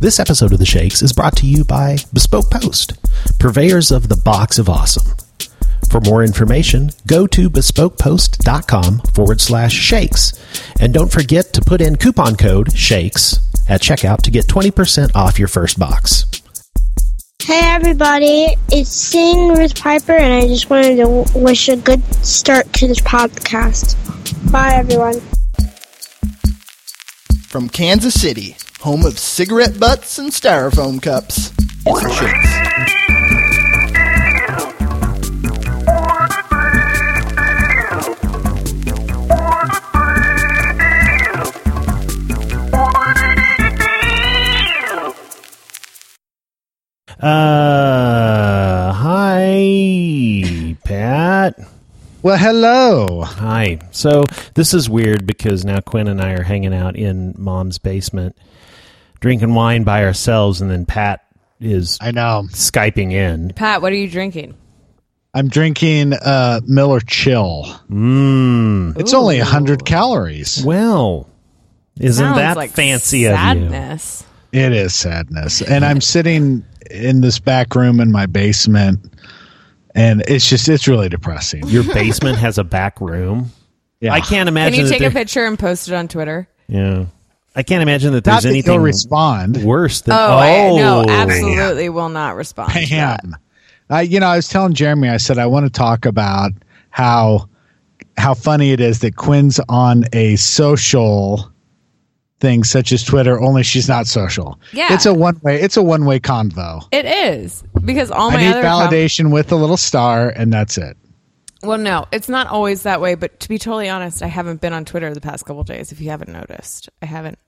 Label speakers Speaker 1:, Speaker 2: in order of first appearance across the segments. Speaker 1: This episode of The Shakes is brought to you by Bespoke Post, purveyors of the box of awesome. For more information, go to bespokepost.com forward slash shakes. And don't forget to put in coupon code SHAKES at checkout to get 20% off your first box.
Speaker 2: Hey everybody, it's Sing Ruth Piper, and I just wanted to w- wish a good start to this podcast. Bye everyone.
Speaker 3: From Kansas City, home of cigarette butts and styrofoam cups. It's the shakes.
Speaker 1: Uh, hi, Pat.
Speaker 4: Well, hello.
Speaker 1: Hi. So this is weird because now Quinn and I are hanging out in mom's basement, drinking wine by ourselves, and then Pat is
Speaker 4: I know.
Speaker 1: Skyping in.
Speaker 5: Pat, what are you drinking?
Speaker 4: I'm drinking uh, Miller Chill.
Speaker 1: Mmm.
Speaker 4: It's only only 100 calories.
Speaker 1: Well, isn't
Speaker 5: Sounds
Speaker 1: that
Speaker 5: like
Speaker 1: fancy of you?
Speaker 5: sadness.
Speaker 4: It is sadness. And I'm sitting in this back room in my basement, and it's just, it's really depressing.
Speaker 1: Your basement has a back room.
Speaker 4: Yeah.
Speaker 1: I can't
Speaker 5: Can
Speaker 1: imagine.
Speaker 5: you
Speaker 1: that
Speaker 5: take a
Speaker 1: there-
Speaker 5: picture and post it on Twitter?
Speaker 1: Yeah. I can't imagine that
Speaker 4: Not
Speaker 1: there's
Speaker 4: that
Speaker 1: anything
Speaker 4: you'll respond.
Speaker 1: worse than.
Speaker 5: Oh, I, no,
Speaker 1: Oh.
Speaker 5: absolutely will not respond. to that.
Speaker 4: Bam. I, you know, I was telling Jeremy, I said, I want to talk about how how funny it is that Quinn's on a social thing such as Twitter, only she's not social.
Speaker 5: Yeah.
Speaker 4: It's a one way it's a one way convo.
Speaker 5: It is because all
Speaker 4: I
Speaker 5: my
Speaker 4: need
Speaker 5: other com-
Speaker 4: validation with a little star, and that's it.
Speaker 5: well, no, it's not always that way. But to be totally honest, I haven't been on Twitter the past couple days. If you haven't noticed, I haven't.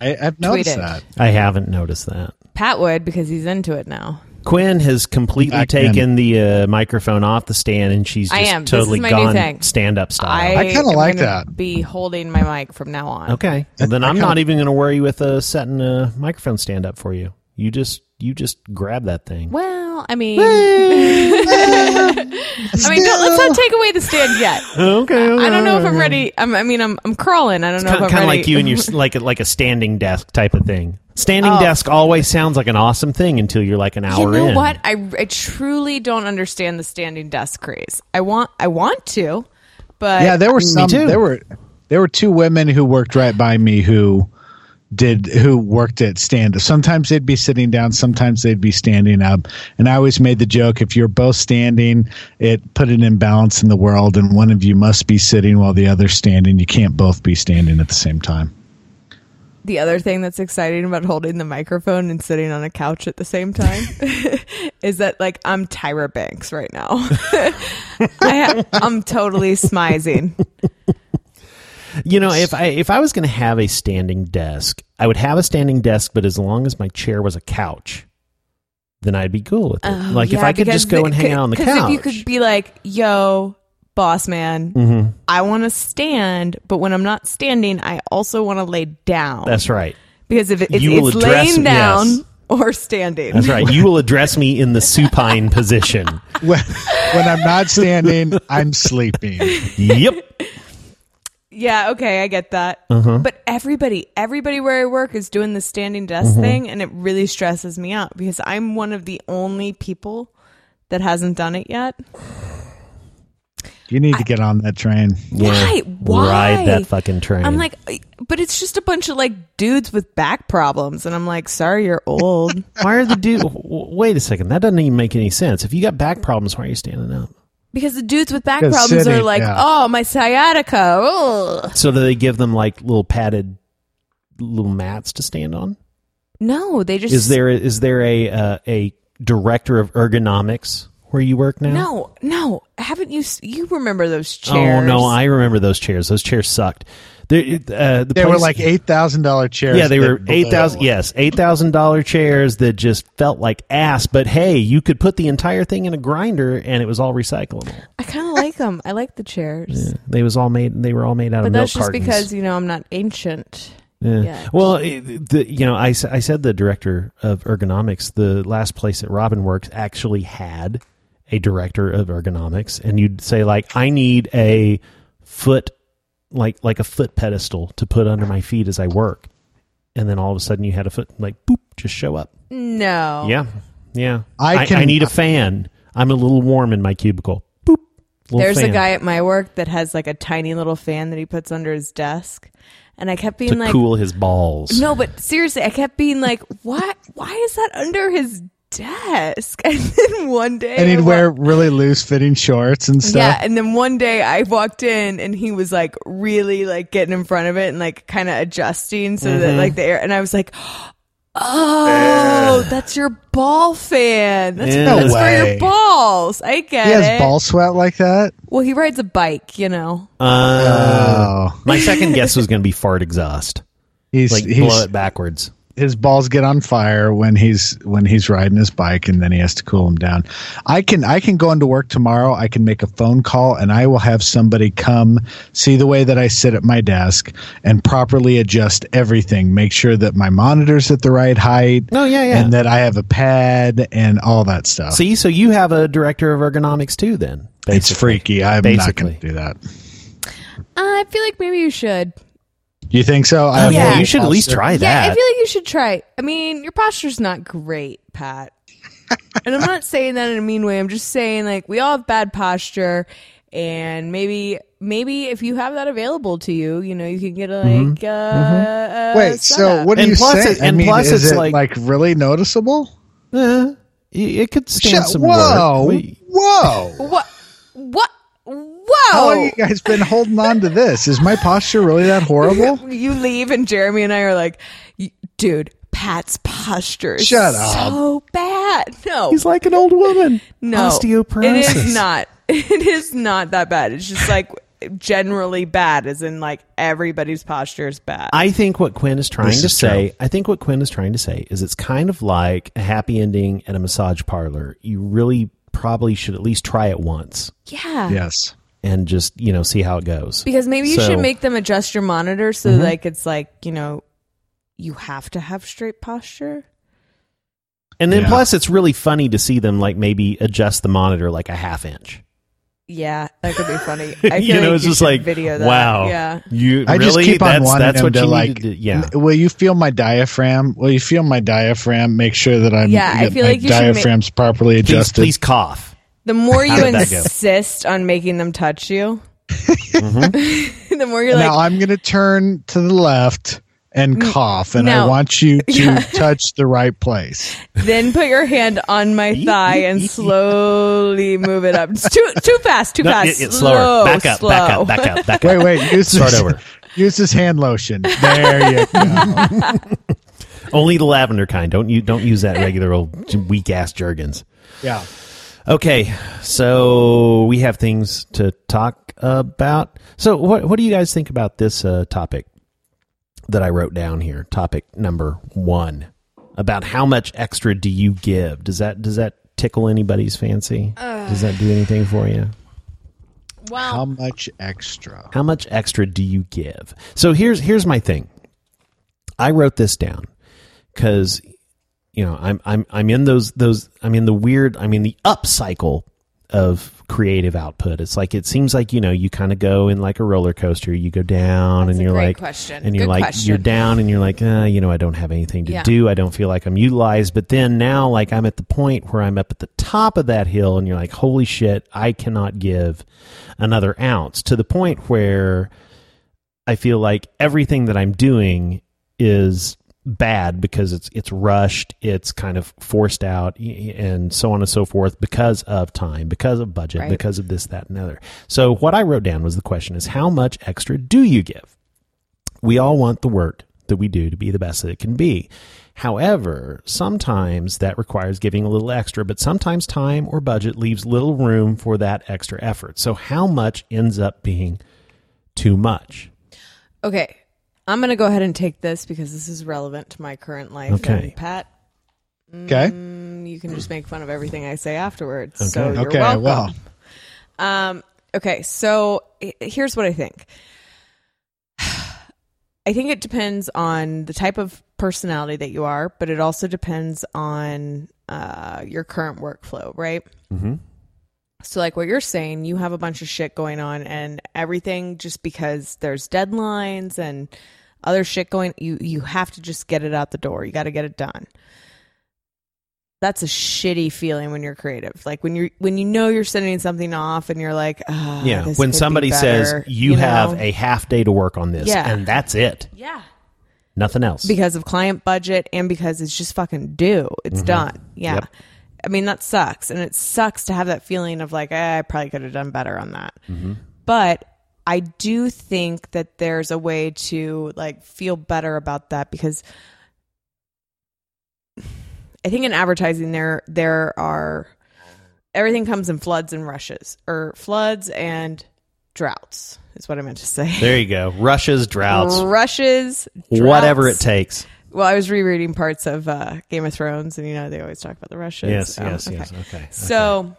Speaker 4: I, I've noticed
Speaker 5: Tweet it.
Speaker 4: that.
Speaker 1: I haven't noticed that.
Speaker 5: Pat would because he's into it now.
Speaker 1: Quinn has completely
Speaker 4: Back then.
Speaker 1: taken the uh, microphone off the stand, and she's just
Speaker 5: I am. This is
Speaker 1: totally
Speaker 5: my new
Speaker 1: gone
Speaker 5: thing.
Speaker 1: stand up style.
Speaker 5: I,
Speaker 4: kinda
Speaker 5: am
Speaker 4: like
Speaker 5: gonna
Speaker 4: that.
Speaker 5: Be holding my mic from now on.
Speaker 1: okay, well, then
Speaker 4: I
Speaker 1: I'm
Speaker 4: kinda-
Speaker 1: not even going to worry with uh, setting a microphone stand up for you. You just you just grab that thing.
Speaker 5: Well, I mean, I mean, don't, let's not take away the stand yet.
Speaker 1: Okay,
Speaker 5: I don't know if
Speaker 1: Uh-huh.
Speaker 5: I'm ready. I'm, I mean, I'm I'm crawling. I don't know
Speaker 1: kind
Speaker 5: if
Speaker 1: of
Speaker 5: I'm ready.
Speaker 1: like you and your like a, like a standing desk type of thing. Standing desk always sounds like an awesome thing until you're like an hour
Speaker 5: Oh. You know
Speaker 1: in.
Speaker 5: what? I, I truly don't understand the standing desk craze. I want I want to, but
Speaker 4: yeah, there were some.
Speaker 1: too.
Speaker 4: There were there were two women who worked right by me who did who worked at stand up. Sometimes they'd be sitting down, sometimes they'd be standing up. And I always made the joke: if you're both standing, it put an imbalance in the world, and one of you must be sitting while the other's standing. You can't both be standing at the same time.
Speaker 5: the other thing that's exciting about holding the microphone and sitting on a couch at the same time is that like I'm Tyra Banks right now. I ha- I'm totally smizing.
Speaker 1: You know, if I if I was going to have a standing desk, I would have a standing desk, but as long as my chair was a couch, then I'd be cool with it. like if
Speaker 5: Oh, Yeah,
Speaker 1: I could
Speaker 5: because
Speaker 1: just go
Speaker 5: the-
Speaker 1: and hang out on the
Speaker 5: 'cause
Speaker 1: couch. Mm-hmm.
Speaker 5: If you could be like, yo, boss man, I want to stand, but when I'm not standing, I also want to lay down.
Speaker 1: That's right.
Speaker 5: because if it, it's,
Speaker 1: You will
Speaker 5: it's
Speaker 1: address-
Speaker 5: laying down
Speaker 1: yes.
Speaker 5: or standing.
Speaker 1: That's right. You will address me in the supine position.
Speaker 4: When, when I'm not standing, I'm sleeping.
Speaker 1: Yep.
Speaker 5: Yeah, okay, I get that.
Speaker 1: Mm-hmm.
Speaker 5: But everybody, everybody where I work is doing the standing desk
Speaker 1: Mm-hmm.
Speaker 5: thing, and it really stresses me out because I'm one of the only people that hasn't done it yet.
Speaker 4: You need to get on that train.
Speaker 5: Why? Why?
Speaker 1: Ride that fucking train.
Speaker 5: I'm like, "I- but it's just a bunch of like dudes with back problems, and I'm like, sorry, you're old.
Speaker 1: why are the dude? w- w- Wait a second. That doesn't even make any sense. If you got back problems, why are you standing up?
Speaker 5: because the dudes with back
Speaker 4: Because
Speaker 5: problems are
Speaker 4: sitting,
Speaker 5: like,
Speaker 4: yeah.
Speaker 5: oh, my sciatica. ugh."
Speaker 1: So do they give them like little padded little mats to stand on?
Speaker 5: No, they just
Speaker 1: Is there is there a uh, a director of ergonomics where you work now?
Speaker 5: no, no. Haven't you? s- You remember those
Speaker 1: Oh
Speaker 5: chairs?
Speaker 1: no, I remember those chairs. Those chairs sucked. They, uh, the
Speaker 4: They were
Speaker 1: place-
Speaker 4: like eight thousand dollar chairs.
Speaker 1: Yeah, they
Speaker 4: that
Speaker 1: were
Speaker 4: blew.
Speaker 1: eight thousand. Yes, eight thousand dollar chairs that just felt like ass. But hey, you could put the entire thing in a grinder and it was all recyclable.
Speaker 5: I kind of like them. I like the chairs.
Speaker 1: They was all made. They were all made out
Speaker 5: But
Speaker 1: of milk
Speaker 5: that's just
Speaker 1: cartons.
Speaker 5: because you know I'm not ancient.
Speaker 1: Yeah.
Speaker 5: Yeah.
Speaker 1: Well, it, the, you know, I, s- I said the director of ergonomics, the last place that Robin works actually had a director of ergonomics. And you'd say, like, I need a foot, like, like a foot pedestal to put under my feet as I work. and then all of a sudden you had a foot like boop just show up.
Speaker 5: No.
Speaker 1: Yeah, yeah.
Speaker 4: I
Speaker 1: I,
Speaker 4: can-
Speaker 1: need a fan. I'm a little warm in my cubicle. Boop. Little
Speaker 5: There's a
Speaker 1: fan
Speaker 5: guy at my work that has like a tiny little fan that he puts under his desk. And I kept being
Speaker 1: to
Speaker 5: like,
Speaker 1: cool his balls.
Speaker 5: no, but seriously, I kept being like, what? Why is that under his desk? And then one day.
Speaker 4: And
Speaker 5: I
Speaker 4: he'd
Speaker 5: wa-
Speaker 4: wear really loose fitting shorts and
Speaker 5: Yeah,
Speaker 4: stuff.
Speaker 5: and then one day I walked in and he was like really like getting in front of it and like kind of adjusting so
Speaker 4: Mm-hmm.
Speaker 5: that like the air and I was like, "Oh, that's your ball fan. That's,
Speaker 1: Yeah. No
Speaker 5: that's for
Speaker 4: way.
Speaker 5: your eh? balls. I get
Speaker 4: He
Speaker 5: it.
Speaker 4: has ball sweat like that.
Speaker 5: Well, he rides a bike, you know.
Speaker 1: Uh,
Speaker 4: Oh,
Speaker 1: my second guess was going to be fart exhaust,
Speaker 4: he's
Speaker 1: like blow
Speaker 4: he's
Speaker 1: it backwards.
Speaker 4: his balls get on fire when he's when he's riding his bike, and then he has to cool him down. I can I can go into work tomorrow. I can make a phone call, and I will have somebody come see the way that I sit at my desk and properly adjust everything. Make sure that my monitor's at the right height.
Speaker 1: Oh, yeah, yeah.
Speaker 4: and that I have a pad and all that stuff.
Speaker 1: See, so you have a director of ergonomics too. Then
Speaker 4: it's
Speaker 1: basically.
Speaker 4: freaky. I'm not
Speaker 1: Basically.
Speaker 4: going to do that.
Speaker 5: I feel like maybe you should.
Speaker 4: You think so? I
Speaker 5: Oh, Yeah.
Speaker 1: You should at least try that.
Speaker 5: Yeah, I feel like you should try. I mean, your posture's not great, Pat. and I'm not saying that in a mean way. I'm just saying like we all have bad posture and maybe maybe if you have that available to you, you know, you can get a like
Speaker 4: Mm-hmm.
Speaker 5: uh, uh
Speaker 4: Wait, so
Speaker 5: setup.
Speaker 4: what do
Speaker 1: And
Speaker 4: you
Speaker 1: plus
Speaker 4: say?
Speaker 1: it- and plus
Speaker 4: is
Speaker 1: it's
Speaker 4: it
Speaker 1: like-
Speaker 4: really noticeable?
Speaker 1: Eh, it it could stand
Speaker 4: Shut-
Speaker 1: some
Speaker 4: whoa,
Speaker 1: work. We-
Speaker 4: whoa!
Speaker 5: what what
Speaker 4: How long you
Speaker 5: whoa
Speaker 4: guys been holding on to this? Is my posture really that horrible?
Speaker 5: you leave and Jeremy and I are like, "Y- dude, Pat's posture is
Speaker 4: Shut
Speaker 5: so bad. No.
Speaker 1: He's like an old woman.
Speaker 5: No,
Speaker 1: osteoporosis.
Speaker 5: It is not. It is not that bad. It's just like generally bad, as in like everybody's posture is bad.
Speaker 1: I think what Quinn is trying
Speaker 4: This
Speaker 1: to
Speaker 4: is
Speaker 1: say, I think what Quinn is trying to say is it's kind of like a happy ending at a massage parlor. You really probably should at least try it once
Speaker 5: yeah.
Speaker 4: Yes.
Speaker 1: and just, you know, see how it goes.
Speaker 5: Because maybe you
Speaker 1: So- Mm-hmm.
Speaker 5: should make them adjust your monitor so like it's like you know you have to have straight posture.
Speaker 1: And then
Speaker 4: Yeah.
Speaker 1: plus it's really funny to see them like maybe adjust the monitor like a half inch.
Speaker 5: Yeah, that could be funny. I feel
Speaker 1: you know,
Speaker 5: like
Speaker 1: it's
Speaker 5: you
Speaker 1: just
Speaker 5: should
Speaker 1: like
Speaker 5: video that.
Speaker 1: wow.
Speaker 5: Yeah.
Speaker 1: You
Speaker 4: I
Speaker 1: really
Speaker 4: just keep on
Speaker 1: that's
Speaker 4: wanting
Speaker 1: that's
Speaker 4: them
Speaker 1: what
Speaker 4: to
Speaker 1: you
Speaker 4: like.
Speaker 1: need to do. Yeah.
Speaker 4: n- Will you feel my diaphragm? Will you feel my diaphragm? Make sure that I'm.
Speaker 5: Yeah, I
Speaker 4: that
Speaker 5: feel
Speaker 4: my
Speaker 5: like you should make-
Speaker 4: diaphragm's properly
Speaker 1: Please,
Speaker 4: adjusted.
Speaker 1: please cough.
Speaker 5: The more you
Speaker 1: did that go?
Speaker 5: insist on making them touch you,
Speaker 1: Mm-hmm.
Speaker 5: the more you're like, Mm,
Speaker 4: now I'm going to turn to the left and cough, and I
Speaker 5: no.
Speaker 4: want you to touch the right place.
Speaker 5: Then put your hand on my thigh and slowly move it up. It's too too fast, too
Speaker 1: No,
Speaker 5: fast.
Speaker 1: it- it's
Speaker 5: slow,
Speaker 1: slower. Back up,
Speaker 5: slow.
Speaker 1: back up, back up, back up.
Speaker 4: Wait, wait. Use
Speaker 1: Start
Speaker 4: this,
Speaker 1: over.
Speaker 4: Use this hand lotion. There you go.
Speaker 1: Only the lavender kind. Don't you don't use that regular old weak ass Jergens.
Speaker 4: Yeah.
Speaker 1: Okay, so we have things to talk about. So, what what do you guys think about this uh, topic that I wrote down here? Topic number one about how much extra do you give? Does that does that tickle anybody's fancy? does that do anything for you?
Speaker 5: Wow.
Speaker 4: How much extra?
Speaker 1: How much extra do you give? So here's here's my thing. I wrote this down because you know I'm I'm I'm in those those I'm in the weird I'm in the up cycle of creative output. It's like it seems like you know you kind of go in like a roller coaster. You go down and
Speaker 5: a
Speaker 1: you're
Speaker 5: great
Speaker 1: like
Speaker 5: question.
Speaker 1: and you're
Speaker 5: Good
Speaker 1: like
Speaker 5: question.
Speaker 1: you're down and you're like uh, you know I don't have anything to
Speaker 5: Yeah.
Speaker 1: do. I don't feel like I'm utilized. But then now like I'm at the point where I'm up at the top of that hill and you're like holy shit I cannot give another ounce to the point where I feel like everything that I'm doing is bad because it's it's rushed, it's kind of forced out, y- and so on and so forth because of time, because of budget,
Speaker 5: Right.
Speaker 1: because of this, that, and the other. So what I wrote down was the question: is how much extra do you give? We all want the work that we do to be the best that it can be. However, sometimes that requires giving a little extra, but sometimes time or budget leaves little room for that extra effort. So, how much ends up being too much?
Speaker 5: Okay. I'm gonna go ahead and take this because this is relevant to my current life.
Speaker 1: Okay.
Speaker 5: And Pat,
Speaker 4: Okay.
Speaker 5: mm, you can just make fun of everything I say afterwards. So
Speaker 1: Okay.
Speaker 5: you're
Speaker 4: okay.
Speaker 5: welcome.
Speaker 4: Well,
Speaker 5: Um, okay, so h- here's what I think. I think it depends on the type of personality that you are, but it also depends on uh, your current workflow, right?
Speaker 1: Mhm.
Speaker 5: So, like what you're saying, you have a bunch of shit going on, and everything just because there's deadlines and other shit going. You you have to just get it out the door. You got to get it done. That's a shitty feeling when you're creative. Like when you're when you know you're sending something off and you're like, oh,
Speaker 1: Yeah. when somebody says you, have a half day to work on this
Speaker 5: Yeah.
Speaker 1: and that's it,
Speaker 5: yeah
Speaker 1: nothing else.
Speaker 5: because of client budget and because it's just fucking due. It's done. Yeah.
Speaker 1: Mm-hmm. Yep.
Speaker 5: I mean, that sucks. And it sucks to have that feeling of like, eh, I probably could have done better on that.
Speaker 1: Mm-hmm.
Speaker 5: But I do think that there's a way to like feel better about that because I think in advertising there there are everything comes in floods and rushes or floods and droughts is what I meant to say.
Speaker 1: there you go. Rushes, droughts,
Speaker 5: Rushes,
Speaker 1: whatever it
Speaker 5: Mm. droughts.
Speaker 1: takes.
Speaker 5: Well, I was rereading parts of uh, Game of Thrones, and you know they always talk about the Russians.
Speaker 1: Yes,
Speaker 5: Um,
Speaker 1: yes,
Speaker 5: okay.
Speaker 1: yes. Okay.
Speaker 5: So,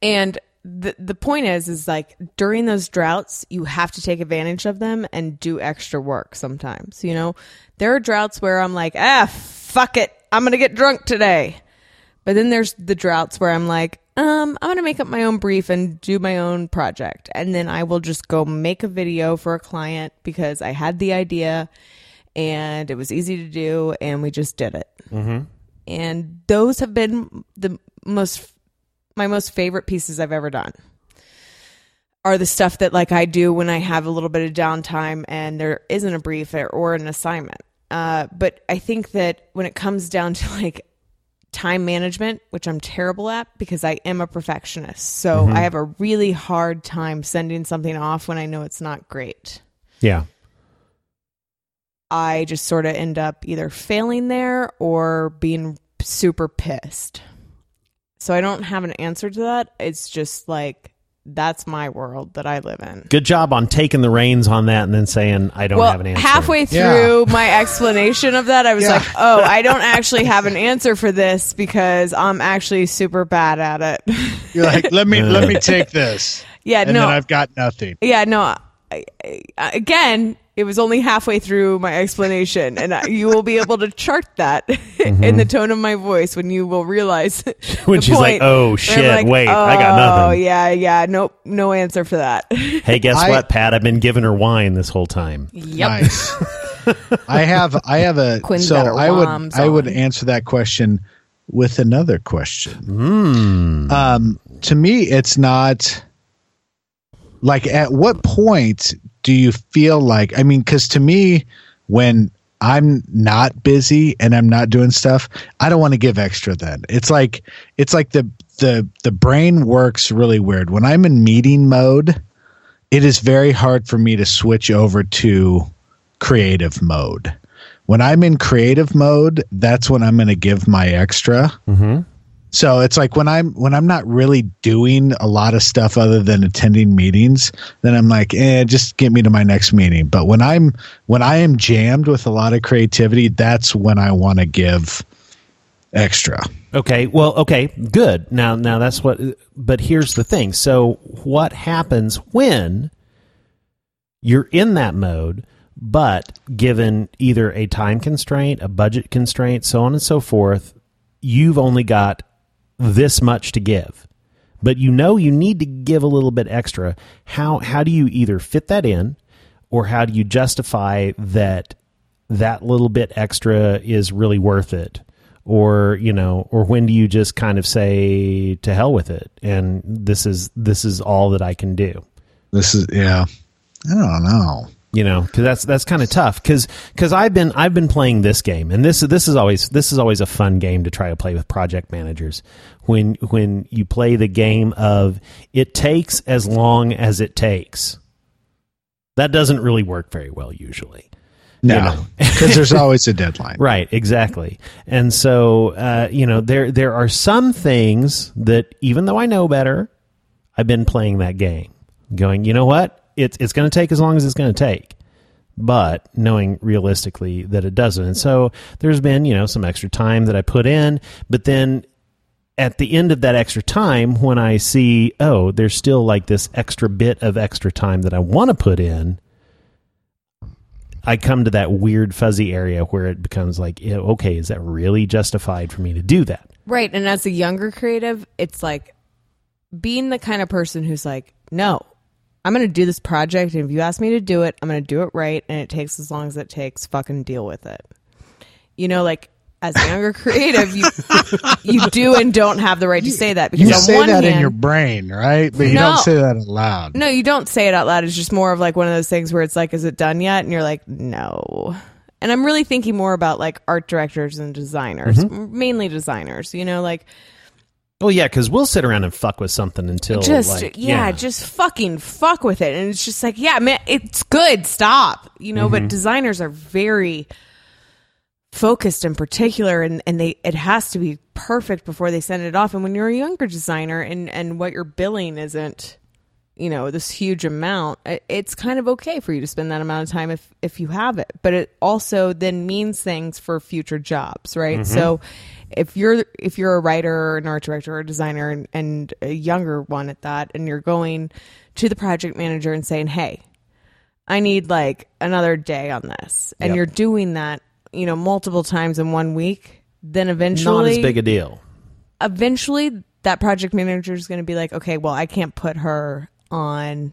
Speaker 5: and the the point is, is like during those droughts, you have to take advantage of them and do extra work. Sometimes, you know, there are droughts where I'm like, ah, fuck it, I'm gonna get drunk today. But then there's the droughts where I'm like, um, I'm gonna make up my own brief and do my own project, and then I will just go make a video for a client because I had the idea, and it was easy to do, and we just did it and those have been the most my most favorite pieces I've ever done are the stuff that like I do when I have a little bit of downtime and there isn't a brief or, or an assignment. Uh, but I think that when it comes down to like time management, which I'm terrible at because I am a perfectionist, so I have a really hard time sending something off when I know it's not great.
Speaker 1: yeah.
Speaker 5: I just sort of end up either failing there or being super pissed. So I don't have an answer to that. It's just like that's my world that I live in.
Speaker 1: Good job on taking the reins on that and then saying, I don't
Speaker 5: well,
Speaker 1: have an answer.
Speaker 5: halfway
Speaker 4: Yeah.
Speaker 5: through my explanation of that, I was
Speaker 4: Yeah.
Speaker 5: like, "Oh, I don't actually have an answer for this because I'm actually super bad at it."
Speaker 4: You're like, let me let me take this.
Speaker 5: Yeah,
Speaker 4: and
Speaker 5: Uh, no.
Speaker 4: then I've got nothing.
Speaker 5: yeah, no. I, I, again, it was only halfway through my explanation, and I, you will be able to chart that in the tone of my voice when you will realize
Speaker 1: Mm-hmm. When
Speaker 5: the
Speaker 1: she's like,
Speaker 5: point.
Speaker 1: "Oh,
Speaker 5: And I'm
Speaker 1: shit, wait, I got
Speaker 5: Oh
Speaker 1: nothing."
Speaker 5: yeah, yeah, nope, no answer for that.
Speaker 1: Hey, guess
Speaker 4: I-
Speaker 1: what, Pat? I've been giving her wine this whole time.
Speaker 4: Nice. I have I have a
Speaker 5: Quinn's
Speaker 4: so
Speaker 5: got her
Speaker 4: I would
Speaker 5: woms
Speaker 4: I would
Speaker 5: on.
Speaker 4: answer that question with another question. Um, to me, it's not like at what point do you feel like I mean, because to me, when I'm not busy and I'm not doing stuff, I don't want to give extra. Then it's like it's like the the the brain works really weird when I'm in meeting mode it is very hard for me to switch over to creative mode. When I'm in creative mode, that's when I'm going to give my extra. Mm-hmm. So it's like when I'm when I'm not really doing a lot of stuff other than attending meetings, then I'm like, eh, just get me to my next meeting. But when I'm when I am jammed with a lot of creativity, that's when I want to give extra.
Speaker 1: Okay. Well, okay. Good. Now, now that's what, but here's the thing. So, what happens when you're in that mode, but given either a time constraint, a budget constraint, so on and so forth, you've only got this much to give, but you know you need to give a little bit extra. How, how do you either fit that in or how do you justify that that little bit extra is really worth it or you know or when do you just kind of say to hell with it and this is this is all that i can do
Speaker 4: This is yeah. I don't know.
Speaker 1: you know because that's that's kind of tough because i've been i've been playing this game and this this is always this is always a fun game to try to play with project managers when when you play the game of it takes as long as it takes that doesn't really work very well usually
Speaker 4: No, because there's always a deadline.
Speaker 1: Right, exactly. And so, uh, you know, there there are some things that even though I know better, I've been playing that game, going, you know what, it's it's going to take as long as it's going to take, but knowing realistically that it doesn't. And so, there's been you know some extra time that I put in, but then at the end of that extra time, when I see, oh, there's still like this extra bit of extra time that I want to put in, I come to that weird fuzzy area where it becomes like, yeah, okay, is that really justified for me to do that?
Speaker 5: Right. And as a younger creative, it's like being the kind of person who's like, no, I'm going to do this project. And if you ask me to do it, I'm going to do it right. And it takes as long as it takes. Fucking deal with it. You know, like as a younger creative, you you do and don't have the right to say that because
Speaker 4: You
Speaker 5: on
Speaker 4: say
Speaker 5: one
Speaker 4: that
Speaker 5: hand,
Speaker 4: in your brain, right? But you
Speaker 5: No.
Speaker 4: don't say that out loud.
Speaker 5: no, you don't say it out loud. It's just more of like one of those things where it's like, is it done yet? And you're like, no. And I'm really thinking more about like art directors and designers,
Speaker 4: Mm-hmm.
Speaker 5: m- mainly designers. You know, like
Speaker 1: Oh yeah, because we'll sit around and fuck with something until
Speaker 5: just
Speaker 1: like,
Speaker 5: yeah, just fucking fuck with it. And it's just like, yeah, man, it's good. Stop. You know,
Speaker 1: Mm-hmm.
Speaker 5: but designers are very focused in particular and, and they it has to be perfect before they send it off. And when you're a younger designer and, and what you're billing isn't you know this huge amount i- it's kind of okay for you to spend that amount of time if if you have it but it also then means things for future jobs right
Speaker 1: Mm-hmm.
Speaker 5: so if you're if you're a writer or an art director or a designer and, and a younger one at that and you're going to the project manager and saying hey i need like another day on this and
Speaker 1: Yep.
Speaker 5: you're doing that you know multiple times in one week then
Speaker 1: not
Speaker 5: eventually
Speaker 1: as big a deal.
Speaker 5: eventually that project manager is going to be like, okay, well, I can't put her on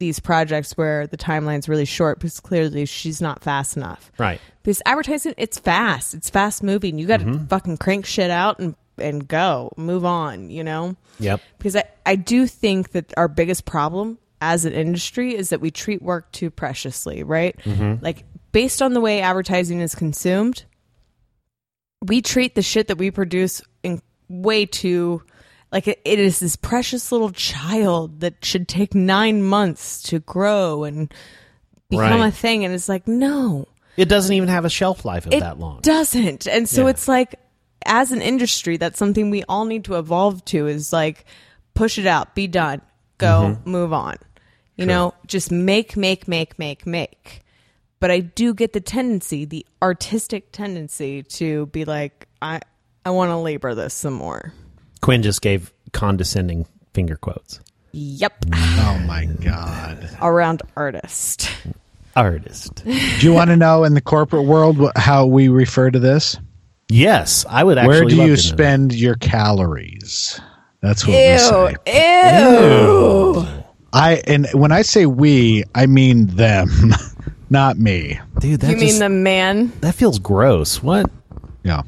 Speaker 5: these projects where the timeline's really short because clearly she's not fast enough.
Speaker 1: Right.
Speaker 5: Because advertising, it's fast, it's fast moving. You got to fucking crank shit out and and go, move on, you know?
Speaker 1: Yep.
Speaker 5: Because I, I do think that our biggest problem as an industry is that we treat work too preciously, right? Like, based on the way advertising is consumed, we treat the shit that we produce in way too like it, it is this precious little child that should take nine months to grow and become
Speaker 1: Right.
Speaker 5: a thing and it's like no
Speaker 1: It doesn't even have a shelf life of
Speaker 5: it
Speaker 1: that long.
Speaker 5: doesn't and so
Speaker 1: Yeah.
Speaker 5: it's like as an industry that's something we all need to evolve to is like push it out be done go
Speaker 1: Mm-hmm.
Speaker 5: move on you know just make make make make make but i do get the tendency the artistic tendency to be like i i want to labor this some more
Speaker 1: Quinn just gave condescending finger quotes.
Speaker 5: yep
Speaker 1: Mm.
Speaker 4: Oh my god.
Speaker 5: around artist
Speaker 1: Artist.
Speaker 4: Do you want to know in the corporate world wh- how we refer to this?
Speaker 1: yes, I would actually.
Speaker 4: Where do
Speaker 1: love
Speaker 4: you
Speaker 1: to know that.
Speaker 4: spend your calories? That's what we say.
Speaker 5: ew
Speaker 4: I and when I say we, I mean them, not me.
Speaker 1: dude? That
Speaker 5: you mean
Speaker 1: just-
Speaker 5: the man
Speaker 1: that feels gross. What?
Speaker 4: Yeah.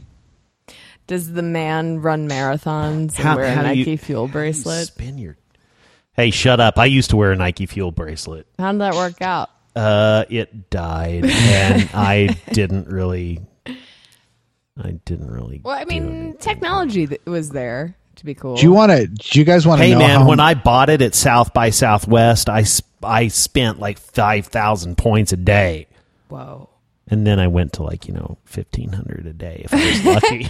Speaker 5: does the man run marathons
Speaker 1: How-
Speaker 5: and wear a
Speaker 1: how do you-
Speaker 5: nike fuel bracelet
Speaker 1: Spin your. Hey, shut up! I used to wear a Nike Fuel bracelet.
Speaker 5: How did that work out?
Speaker 1: Uh, it died, and I didn't really. I didn't really.
Speaker 5: Well, I
Speaker 1: do
Speaker 5: mean,
Speaker 1: anything.
Speaker 5: technology th- was there to be cool.
Speaker 4: Do you want to? Do you guys want to
Speaker 1: Hey
Speaker 4: know?
Speaker 1: man,
Speaker 4: how,
Speaker 1: when I bought it at South by Southwest, I sp- I spent like five thousand points a day,
Speaker 5: Whoa.
Speaker 1: and then I went to like you know fifteen hundred a day if I was lucky.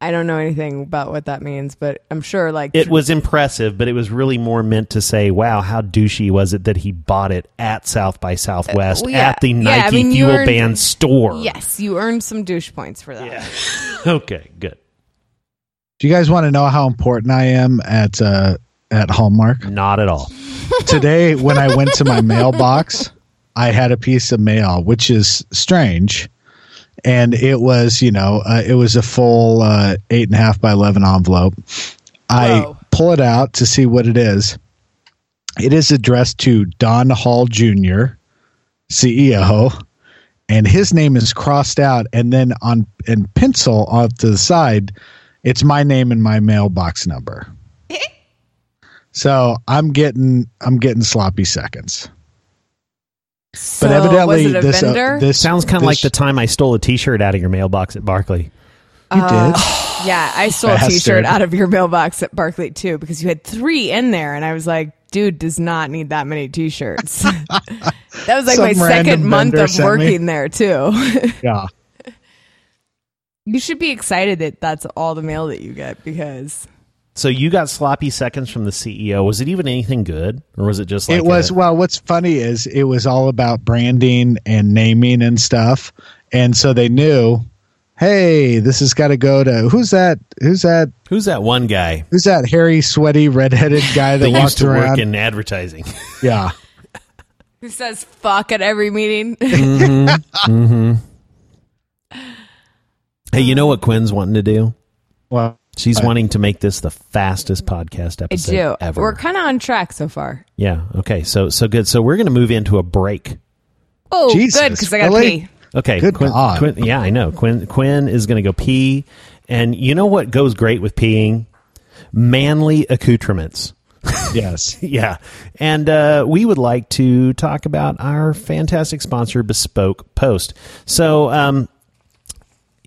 Speaker 5: I don't know anything about what that means, but I'm sure like
Speaker 1: it was impressive, but it was really more meant to say, "Wow, how douchey was it that he bought it at South by Southwest
Speaker 5: Uh, well, yeah.
Speaker 1: at the
Speaker 5: Yeah,
Speaker 1: Nike
Speaker 5: I mean, you
Speaker 1: Fuel
Speaker 5: earned-
Speaker 1: Band store?"
Speaker 5: yes, you earned some douche points for that.
Speaker 1: Okay, good.
Speaker 4: do you guys want to know how important I am at uh, at Hallmark?
Speaker 1: Not at all.
Speaker 4: Today, when I went to my mailbox, I had a piece of mail, which is strange. And it was, you know, uh, it was a full uh, eight and a half by 11 envelope. I
Speaker 5: Whoa.
Speaker 4: pull it out to see what it is. It is addressed to Don Hall Jr., CEO, and his name is crossed out. And then on in pencil off to the side, it's my name and my mailbox number. So I'm getting I'm getting sloppy seconds.
Speaker 5: So,
Speaker 4: but evidently
Speaker 5: was it a
Speaker 4: this uh,
Speaker 5: vendor?
Speaker 4: this
Speaker 1: Sounds kind of
Speaker 4: this-
Speaker 1: like the time I stole a T-shirt out of your mailbox at Barclay.
Speaker 4: you did.
Speaker 5: Uh, yeah, I stole a
Speaker 4: Bastard.
Speaker 5: T-shirt out of your mailbox at Barclay too because you had three in there, and I was like, dude, does not need that many T-shirts. that was like
Speaker 4: Some
Speaker 5: my second
Speaker 4: random
Speaker 5: month
Speaker 4: vendor
Speaker 5: of
Speaker 4: sent me.
Speaker 5: working there too.
Speaker 4: Yeah.
Speaker 5: you should be excited that that's all the mail that you get because
Speaker 1: So you got sloppy seconds from the CEO. Was it even anything good, or was it just like
Speaker 4: it was
Speaker 1: a-
Speaker 4: well what's funny is it was all about branding and naming and stuff. And so they knew, hey, this has got to go to who's that who's that
Speaker 1: who's that one guy
Speaker 4: who's that hairy, sweaty, redheaded guy that
Speaker 1: that used
Speaker 4: walked
Speaker 1: to work
Speaker 4: around?
Speaker 1: in advertising?
Speaker 4: yeah.
Speaker 5: Who says fuck at every meeting?
Speaker 1: hey, you know what Quinn's wanting to do?
Speaker 4: Well
Speaker 1: She's
Speaker 4: Right.
Speaker 1: wanting to make this the fastest podcast
Speaker 5: I
Speaker 1: episode
Speaker 5: do.
Speaker 1: ever.
Speaker 5: We're kind of on track so far.
Speaker 1: Yeah. Okay. So so good. So we're going to move into a break.
Speaker 5: Oh,
Speaker 4: Jesus,
Speaker 5: good because I got to
Speaker 4: really?
Speaker 5: pee.
Speaker 1: Okay.
Speaker 4: Good
Speaker 1: Quinn,
Speaker 4: God.
Speaker 1: Quinn- yeah, I know. Quinn Quinn is going to go pee, and you know what goes great with peeing? Manly accoutrements.
Speaker 4: Yes.
Speaker 1: Yeah. And uh, we would like to talk about our fantastic sponsor, Bespoke Post. So, um,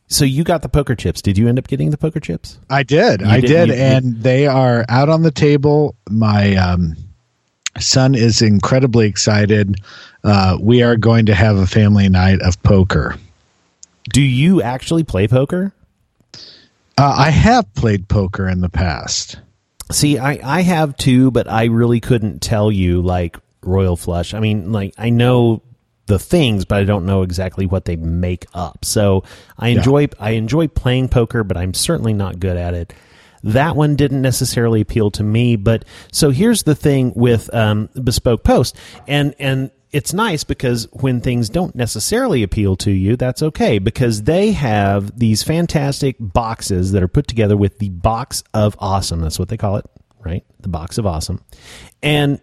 Speaker 1: so you got the poker chips. Did you end up getting the poker chips?
Speaker 4: I did. I
Speaker 1: did-
Speaker 4: did.
Speaker 1: you- you-
Speaker 4: and they are out on the table. My um, son is incredibly excited. Uh, we are going to have a family night of poker.
Speaker 1: Do you actually play poker?
Speaker 4: Uh, I have played poker in the past.
Speaker 1: See, I, I have too, but I really couldn't tell you like Royal Flush. I mean, like I know the things, but I don't know exactly what they make up. So I enjoy I enjoy playing poker, but I'm certainly not good at it. That one didn't necessarily appeal to me, but so here's the thing with um, bespoke post, and and it's nice because when things don't necessarily appeal to you, that's okay because they have these fantastic boxes that are put together with the box of awesome. That's what they call it, right? The box of awesome. And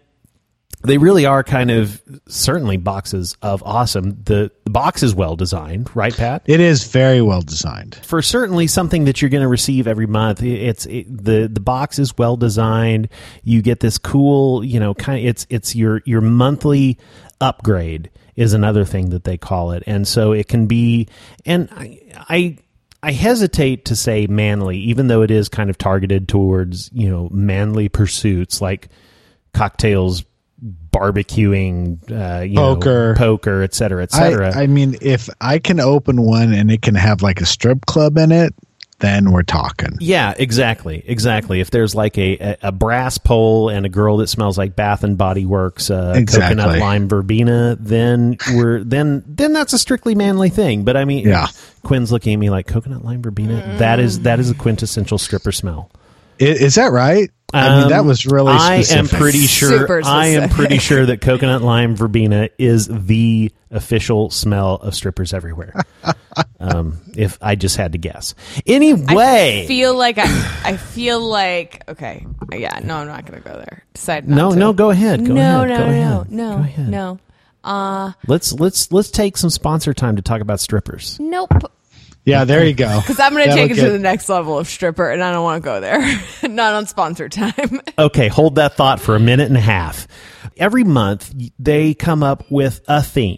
Speaker 1: they really are kind of certainly boxes of awesome. The, the box is well designed, right, Pat?
Speaker 4: It is very well designed.
Speaker 1: for certainly something that you're going to receive every month. I- It's it, the the box is well designed. You get this cool, you know, kind of it's it's your your monthly upgrade is another thing that they call it, and so it can be. And I I, I hesitate to say manly, even though it is kind of targeted towards you know manly pursuits like cocktails. Barbecuing, uh, you know,
Speaker 4: Poker.
Speaker 1: poker, et cetera, et
Speaker 4: I,
Speaker 1: cetera.
Speaker 4: I mean, if I can open one and it can have like a strip club in it, then we're talking.
Speaker 1: Yeah, exactly, exactly. If there's like a, a, a brass pole and a girl that smells like Bath and Body Works, uh,
Speaker 4: Exactly.
Speaker 1: coconut lime verbena, then we're then then that's a strictly manly thing. But I mean,
Speaker 4: Yeah.
Speaker 1: Quinn's looking at me like coconut lime verbena. That is that is a quintessential stripper smell.
Speaker 4: I- Is, that right? I mean, that
Speaker 1: Um,
Speaker 4: was really.
Speaker 1: I am
Speaker 4: specific.
Speaker 1: pretty
Speaker 5: Super
Speaker 1: sure. I am
Speaker 5: specific.
Speaker 1: pretty sure that coconut lime verbena is the official smell of strippers everywhere. um, if I just had to guess, anyway.
Speaker 5: I feel like I, I feel like okay. Yeah, no, I'm not gonna go there. Decide not
Speaker 1: No,
Speaker 5: to.
Speaker 1: no, go ahead. Go
Speaker 5: no,
Speaker 1: ahead.
Speaker 5: no,
Speaker 1: go
Speaker 5: no,
Speaker 1: ahead.
Speaker 5: no,
Speaker 1: Go ahead.
Speaker 5: no. Uh,
Speaker 1: Let's let's let's take some sponsor time to talk about strippers.
Speaker 5: nope.
Speaker 4: Yeah, there you go.
Speaker 5: Because I'm gonna
Speaker 4: That'll
Speaker 5: take it to
Speaker 4: get-
Speaker 5: the next level of stripper, and I don't want to go there. not on sponsor time.
Speaker 1: Okay, hold that thought for a minute and a half. Every month they come up with a theme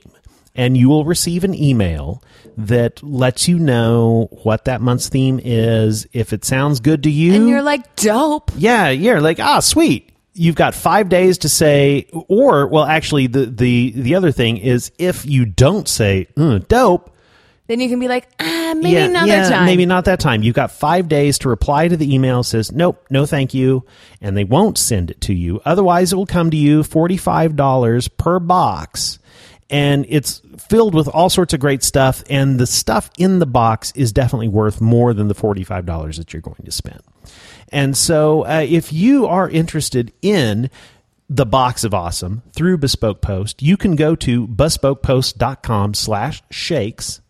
Speaker 1: and you will receive an email that lets you know what that month's theme is if it sounds good to you.
Speaker 5: and you're like, dope.
Speaker 1: Yeah, yeah. Like, ah, sweet. You've got five days to say, or well, actually, the the the other thing is, if you don't say mm, "dope,"
Speaker 5: Then you can be like, ah, maybe
Speaker 1: yeah,
Speaker 5: another
Speaker 1: yeah,
Speaker 5: time.
Speaker 1: Maybe not that time. You've got five days to reply to the email. Says nope, no, thank you, and they won't send it to you. Otherwise, it will come to you forty five dollars per box, and it's filled with all sorts of great stuff. And the stuff in the box is definitely worth more than the forty five dollars that you're going to spend. And so, uh, if you are interested in the box of awesome through bespoke post you can go to bespokepost.com slash shakes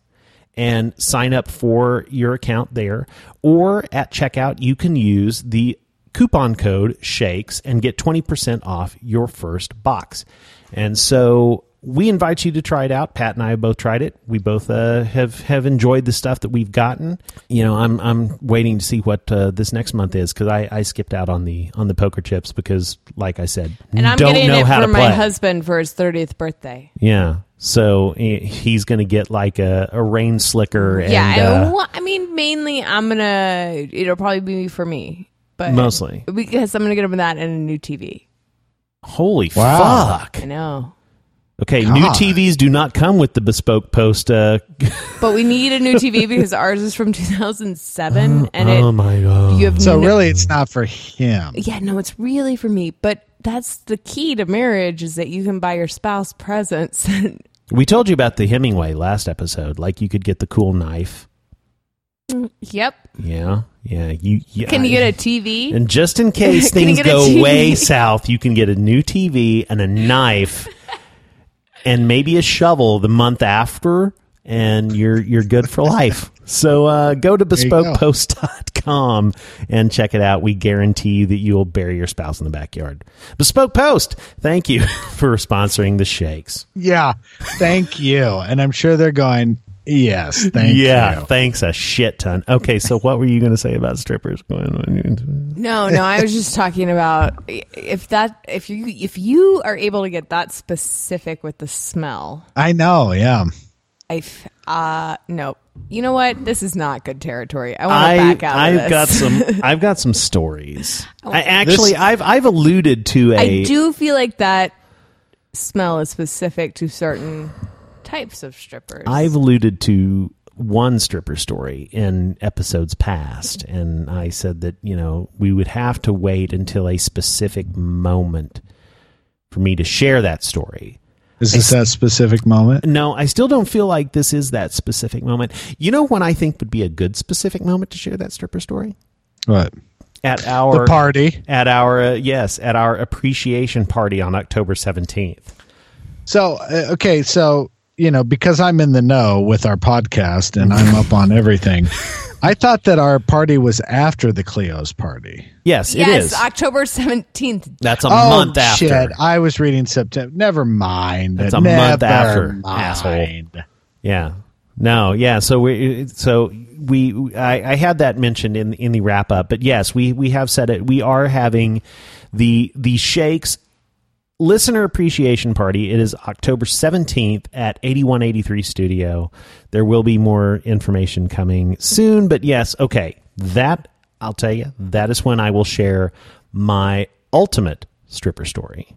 Speaker 1: and sign up for your account there. Or at checkout, you can use the coupon code SHAKES and get 20% off your first box. And so we invite you to try it out. Pat and I have both tried it. We both uh, have have enjoyed the stuff that we've gotten. You know, I'm I'm waiting to see what uh, this next month is because I, I skipped out on the on the poker chips because, like I said,
Speaker 5: And I'm
Speaker 1: don't
Speaker 5: getting
Speaker 1: know
Speaker 5: it
Speaker 1: how
Speaker 5: for
Speaker 1: to
Speaker 5: my
Speaker 1: play.
Speaker 5: husband for his 30th birthday.
Speaker 1: Yeah, so eh, he's going to get like a, a rain slicker. And,
Speaker 5: yeah,
Speaker 1: uh,
Speaker 5: I, wa- I mean, mainly I'm gonna. It'll probably be for me, but
Speaker 1: Mostly.
Speaker 5: because I'm gonna get him that and a new TV.
Speaker 1: Holy
Speaker 4: Wow.
Speaker 1: fuck.
Speaker 5: I know,
Speaker 1: Okay,
Speaker 4: God.
Speaker 1: new TVs do not come with the bespoke post. Uh,
Speaker 5: but we need a new TV because ours is from 2007, and it
Speaker 1: oh my god.
Speaker 5: you have
Speaker 4: So
Speaker 5: no,
Speaker 4: really, it's not for him.
Speaker 5: yeah, no, it's really for me. But that's the key to marriage is that you can buy your spouse presents.
Speaker 1: we told you about the Hemingway last episode. Like you could get the cool knife.
Speaker 5: yep.
Speaker 1: Yeah, yeah. You, yeah
Speaker 5: Can you get a TV?
Speaker 1: And just in case
Speaker 5: Can you
Speaker 1: things
Speaker 5: get a
Speaker 1: go
Speaker 5: TV?
Speaker 1: way south, you can get a new TV and a knife, and maybe a shovel the month after, and you're you're good for life. So uh, go to
Speaker 4: you go.
Speaker 1: bespokepost.com and check it out. We guarantee that you'll bury your spouse in the backyard. Bespoke Post, thank you for sponsoring the shakes.
Speaker 4: Yeah. Thank you. And I'm sure they're going, yes, thank
Speaker 1: yeah,
Speaker 4: you.
Speaker 1: thanks a shit ton. Okay, so what were you going to say about strippers going on?
Speaker 5: No, no, I was just talking about if that if you if you are able to get that specific with the smell.
Speaker 4: I know. Yeah.
Speaker 5: I f- uh no. You know what? This is not good territory. I want to
Speaker 1: I
Speaker 5: back out. of
Speaker 1: I've
Speaker 5: this. Oh.
Speaker 1: got some I've got some stories. I actually I've I've alluded to a
Speaker 5: I do feel like that smell is specific to certain types of strippers.
Speaker 1: I've alluded to one stripper story in episodes past, and I said that, you know, we would have to wait until a specific moment for me to share that story.
Speaker 4: Is this that specific moment?
Speaker 1: No, I still don't feel like this is that specific moment. You know when I think would be a good specific moment to share that stripper story?
Speaker 4: What?
Speaker 1: At our
Speaker 4: The party.
Speaker 1: At our uh, yes, at our appreciation party on October 17th.
Speaker 4: So, uh, okay. So, you know, because I'm in the know with our podcast and I'm up on everything, I thought that our party was after the Cleo's party. Oh,
Speaker 1: Yes, it
Speaker 5: yes,
Speaker 1: is.
Speaker 5: October 17th.
Speaker 1: That's a month after.
Speaker 4: Shit. I was reading September. Never mind.
Speaker 1: That's a month after,
Speaker 4: mind.
Speaker 1: asshole. Yeah. No. Yeah. So we. So we. I, I had that mentioned in in the wrap up, but yes, we we have said it. We are having the the shakes listener appreciation party. It is October seventeenth at eighty one eighty three Studio. There will be more information coming soon, but yes. Okay. That I'll tell you. That is when I will share my ultimate stripper story.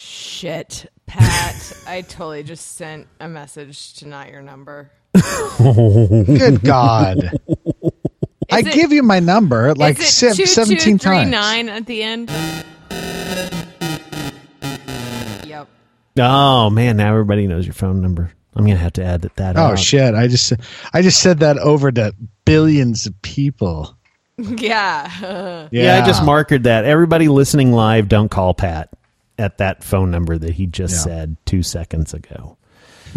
Speaker 5: Shit, Pat. I totally just sent a message to not your number.
Speaker 4: Good God. I
Speaker 5: Is it-
Speaker 4: give you my number like
Speaker 5: is
Speaker 4: se-
Speaker 5: it two,
Speaker 4: 17
Speaker 5: two, three,
Speaker 4: times.
Speaker 5: nine at the end. Yep.
Speaker 1: Oh man, now everybody knows your phone number. I'm gonna have to add that. That
Speaker 4: Oh
Speaker 1: up.
Speaker 4: shit! I just I just said that over to billions of people.
Speaker 5: Yeah.
Speaker 1: Yeah. I just markered that. Everybody listening live, don't call Pat at that phone number that he just
Speaker 4: Yeah.
Speaker 1: said two seconds ago.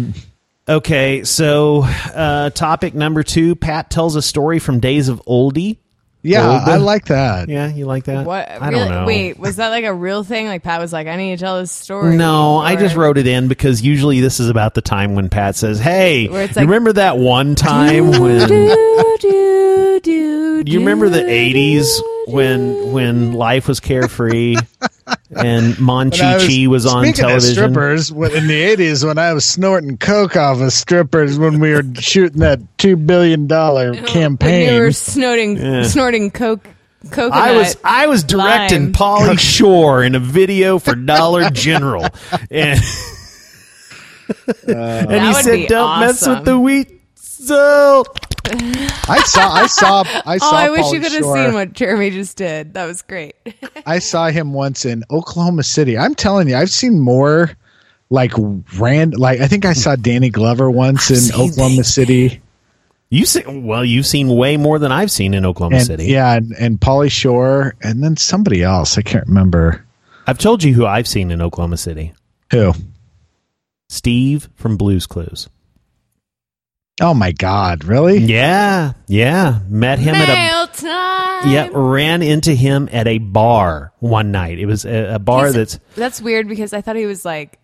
Speaker 1: okay, so uh, topic number two. Pat tells a story from days of oldie.
Speaker 4: Yeah,
Speaker 1: Old.
Speaker 4: I like that.
Speaker 1: Yeah, you like that?
Speaker 5: What?
Speaker 1: I
Speaker 5: really-
Speaker 1: don't know.
Speaker 5: Wait, was that like a real thing? Like Pat was like, I need to tell this story.
Speaker 1: No, I
Speaker 5: Or-
Speaker 1: just wrote it in because usually this is about the time when Pat says, "Hey,
Speaker 5: Where it's
Speaker 1: you
Speaker 5: like-
Speaker 1: remember that one time when."
Speaker 5: Do, do, do,
Speaker 1: you remember the
Speaker 5: do,
Speaker 1: 80s when when life was carefree and
Speaker 4: I
Speaker 1: Monchichi was, on
Speaker 4: speaking Of
Speaker 1: television
Speaker 4: strippers when- in the eighties when I was snorting coke off of strippers when we were shooting that two billion dollar
Speaker 5: When you
Speaker 4: campaign.
Speaker 5: were snorting, snorting coke, coconut.
Speaker 1: I was I was directing
Speaker 5: Lime.
Speaker 1: Polly Shore in a video for Dollar General and,
Speaker 4: Uh,
Speaker 1: and he
Speaker 5: would
Speaker 1: said
Speaker 5: be
Speaker 1: don't mess with
Speaker 5: awesome.
Speaker 1: the wheat so
Speaker 4: I saw I saw I saw.
Speaker 5: Oh, I wish
Speaker 4: Pauly
Speaker 5: you could have
Speaker 4: Shore.
Speaker 5: seen what Jeremy just did. That was great.
Speaker 4: I saw him once in Oklahoma City. I'm telling you, I've seen more like rand like I think I saw Danny Glover once in
Speaker 5: seen
Speaker 4: Oklahoma
Speaker 5: things.
Speaker 4: City.
Speaker 1: you see well you've seen way more than I've seen in Oklahoma
Speaker 4: And,
Speaker 1: City
Speaker 4: yeah, and, and Polly Shore and then somebody else. I can't remember
Speaker 1: I've told you who I've seen in Oklahoma City
Speaker 4: who.
Speaker 1: Steve from Blues Clues
Speaker 4: Oh my god, really?
Speaker 1: yeah yeah met him at a
Speaker 5: Mail time.
Speaker 1: Yeah, ran into him at a bar one night. It was a, a bar
Speaker 5: He's-
Speaker 1: that's
Speaker 5: That's weird because I thought he was like,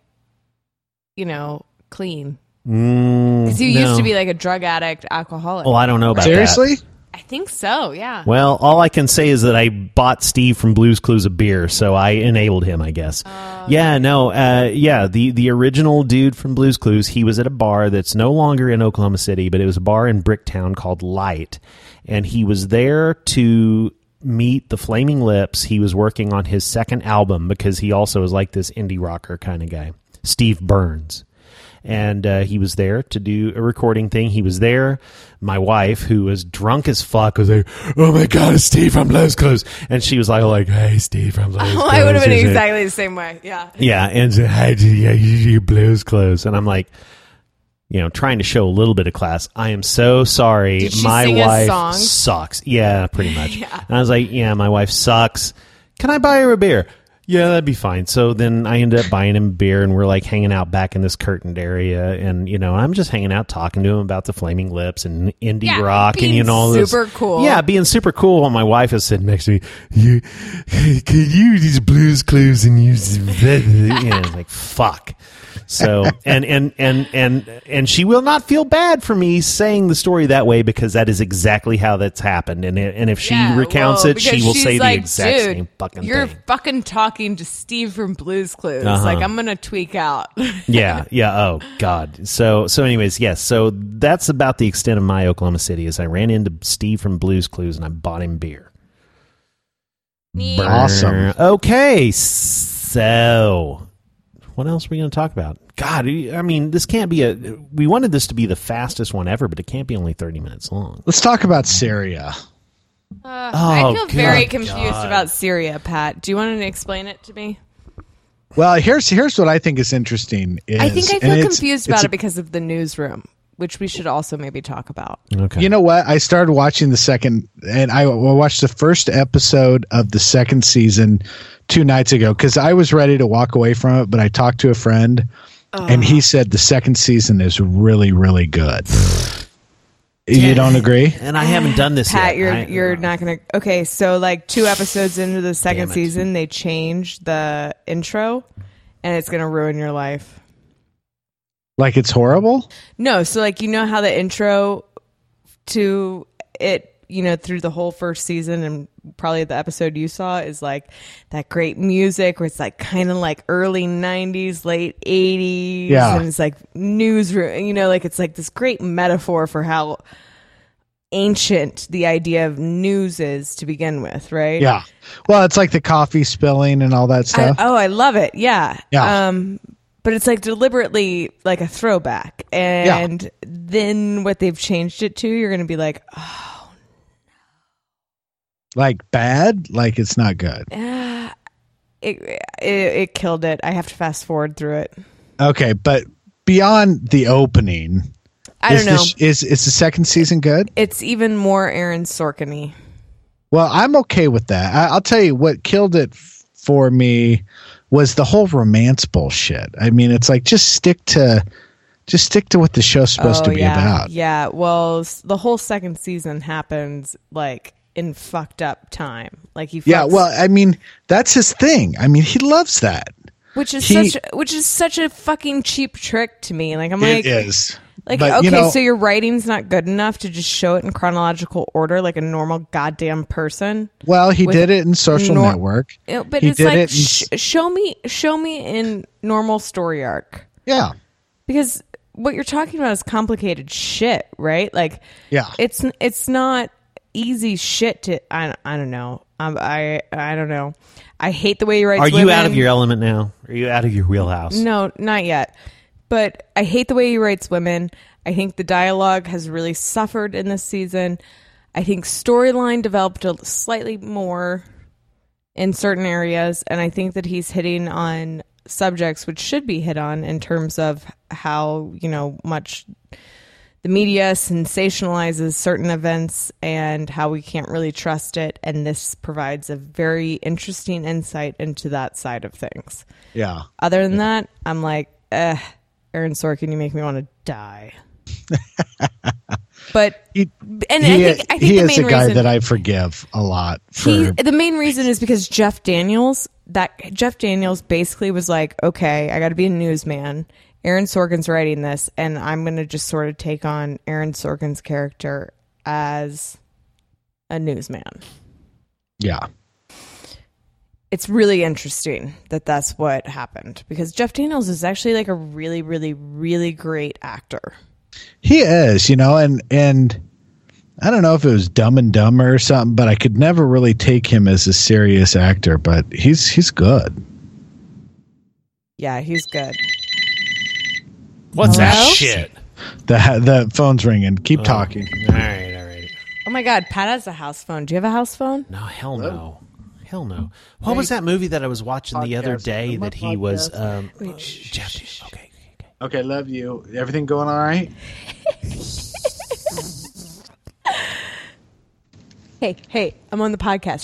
Speaker 5: you know, clean.
Speaker 1: mm,
Speaker 5: Because he
Speaker 1: no.
Speaker 5: used to be like a drug addict, alcoholic.
Speaker 1: Well, I don't know about that.
Speaker 4: Seriously?
Speaker 5: I think so. Yeah.
Speaker 1: Well, all I can say is that I bought Steve from Blues Clues a beer, so I enabled him, I guess. yeah, no, uh, yeah, the the original dude from Blues Clues, he was at a bar that's no longer in Oklahoma City, but it was a bar in Bricktown called Light, and he was there to meet the Flaming Lips. He was working on his second album because he also is like this indie rocker kind of guy, Steve Burns and uh, he was there to do a recording thing. He was there. My wife, who was drunk as fuck, was like, "Oh my god, it's Steve from Blues Clues," and she was like, "Like, hey, Steve from Blues Clues."
Speaker 5: Well, I would have been
Speaker 1: He's like,
Speaker 5: exactly the same way. Yeah.
Speaker 1: yeah, and said, "Hey, do you, you, you blues clothes," and I'm like, you know, trying to show a little bit of class. I am so sorry.
Speaker 5: Did she
Speaker 1: my
Speaker 5: sing a
Speaker 1: wife
Speaker 5: song?
Speaker 1: sucks. Yeah, pretty much. And I was like, yeah, my wife sucks. Can I buy her a beer? Yeah, that'd be fine. So then I ended up buying him beer, and we're like hanging out back in this curtained area, and you know I'm just hanging out talking to him about the Flaming Lips and indie
Speaker 5: Yeah,
Speaker 1: rock, and you
Speaker 5: being
Speaker 1: know all this-
Speaker 5: super cool.
Speaker 1: Yeah, being super cool. And my wife is sitting next to me. You can you use Blues Clues and use and it's like fuck. So and and and and and she will not feel bad for me saying the story that way because that is exactly how that's happened. And and if she
Speaker 5: Yeah,
Speaker 1: recounts
Speaker 5: well,
Speaker 1: it, she
Speaker 5: because
Speaker 1: will
Speaker 5: she's
Speaker 1: say
Speaker 5: like,
Speaker 1: the exact
Speaker 5: "Dude,
Speaker 1: same fucking
Speaker 5: You're
Speaker 1: thing.
Speaker 5: fucking talking to Steve from Blues Clues.
Speaker 1: Uh-huh.
Speaker 5: Like I'm gonna tweak out.
Speaker 1: yeah yeah oh god so so anyways yes so that's about the extent of my oklahoma city is i ran into steve from blues clues and i bought him beer Brr.
Speaker 4: Awesome.
Speaker 1: okay so what else are we going to talk about god i mean this can't be a we wanted this to be the fastest one ever but it can't be only 30 minutes long
Speaker 4: Let's talk about Syria.
Speaker 5: I
Speaker 1: Oh,
Speaker 5: feel very
Speaker 1: good
Speaker 5: confused
Speaker 1: God.
Speaker 5: about Syria, Pat. Do you want to explain it to me?
Speaker 4: Well, here's here's what I think is interesting. Is,
Speaker 5: I think I
Speaker 4: and
Speaker 5: feel
Speaker 4: it's-
Speaker 5: confused
Speaker 4: it's
Speaker 5: about it because of the newsroom, which we should also maybe talk about.
Speaker 1: okay
Speaker 4: You know what? I started watching the second, and I w- watched the first episode of the second season two nights ago because I was ready to walk away from it, but I talked to a friend, and he said the second season is really, really good. you don't agree?
Speaker 1: and i haven't done this yet.
Speaker 5: Pat, you're
Speaker 1: I-
Speaker 5: you're not gonna. Okay, so like two episodes into the second
Speaker 1: Damn it.
Speaker 5: season, they change the intro, and it's gonna ruin your life.
Speaker 4: Like it's horrible?
Speaker 5: No, so like you know how the intro to it, you know, through the whole first season and probably the episode you saw is like that great music where it's like kind of like early 90s, late 80s
Speaker 4: Yeah.
Speaker 5: and it's like newsroom, you know, like it's like this great metaphor for how ancient the idea of news is to begin with, right?
Speaker 4: Yeah. Well, it's like the coffee spilling and all that
Speaker 5: I,
Speaker 4: stuff.
Speaker 5: oh, I love it. Yeah.
Speaker 4: Yeah.
Speaker 5: Um, but it's like deliberately like a throwback. And then what they've changed it to, you're going to be like, "Ah,
Speaker 4: like bad? Like it's not good.
Speaker 5: it, it, it killed it. I have to fast forward through it.
Speaker 4: Okay, but beyond the opening,
Speaker 5: I
Speaker 4: is
Speaker 5: don't know.
Speaker 4: the sh- is is the second season good?
Speaker 5: it's even more Aaron Sorkin
Speaker 4: Well, I'm okay with that. I, I'll tell you what killed it f- for me was the whole romance bullshit. I mean, it's like just stick to just stick to what the show's supposed to be
Speaker 5: Oh, yeah.
Speaker 4: about.
Speaker 5: Yeah. Well, s- the whole second season happens like in fucked up time. Like he fucks,
Speaker 4: Yeah, well, I mean, that's his thing. I mean, he loves that.
Speaker 5: which is
Speaker 4: he-
Speaker 5: such which is such a fucking cheap trick to me. Like I'm
Speaker 4: it
Speaker 5: like
Speaker 4: is.
Speaker 5: Like,
Speaker 4: But,
Speaker 5: okay,
Speaker 4: you know-
Speaker 5: so your writing's not good enough to just show it in chronological order like a normal goddamn person.
Speaker 4: Well, he
Speaker 5: with
Speaker 4: did it in Social
Speaker 5: nor-
Speaker 4: Network.
Speaker 5: It- but
Speaker 4: He
Speaker 5: it's
Speaker 4: did
Speaker 5: like,
Speaker 4: it in
Speaker 5: sh-
Speaker 4: s-
Speaker 5: show me, show me in normal story arc
Speaker 4: Yeah.
Speaker 5: because what you're talking about is complicated shit, right? Like,
Speaker 4: Yeah.
Speaker 5: it's it's not easy shit to. I, I don't know. Um, I I don't know. I hate the way you write.
Speaker 1: are you out of your element now are you out of your wheelhouse
Speaker 5: No, not yet. But I hate the way he writes women. I think the dialogue has really suffered in this season. I think storyline developed a slightly more in certain areas, and I think that he's hitting on subjects which should be hit on in terms of how you know much the media sensationalizes certain events and how we can't really trust it and this provides a very interesting insight into that side of things
Speaker 4: Yeah.
Speaker 5: other than that, I'm like, eh, Aaron Sorkin, you make me want to die. but
Speaker 4: He,
Speaker 5: and
Speaker 4: he,
Speaker 5: I think I think
Speaker 4: he
Speaker 5: the
Speaker 4: is
Speaker 5: main
Speaker 4: a guy
Speaker 5: reason
Speaker 4: that I forgive a lot for
Speaker 5: he, the main reason is because Jeff Daniels that Jeff Daniels basically was like, okay, I got to be a newsman. Aaron Sorkin's writing this, and I'm gonna just sort of take on Aaron Sorkin's character as a newsman.
Speaker 4: yeah.
Speaker 5: it's really interesting that that's what happened because Jeff Daniels is actually like a really, really, really great actor.
Speaker 4: He is, you know, and and I don't know if it was Dumb and Dumber or something, but I could never really take him as a serious actor. But he's he's good.
Speaker 5: Yeah, he's good.
Speaker 1: what's that
Speaker 5: Hello?
Speaker 1: shit
Speaker 4: The the phone's ringing. Keep talking.
Speaker 1: all right all right
Speaker 5: Oh my God, Pat has a house phone. Do you have a house phone?
Speaker 1: No, hell no. Hell no. What was that movie that I was watching the other day that he was um uh, Jeff- okay.
Speaker 4: Okay, love you. Everything going all right?
Speaker 5: Hey, hey, I'm on the podcast.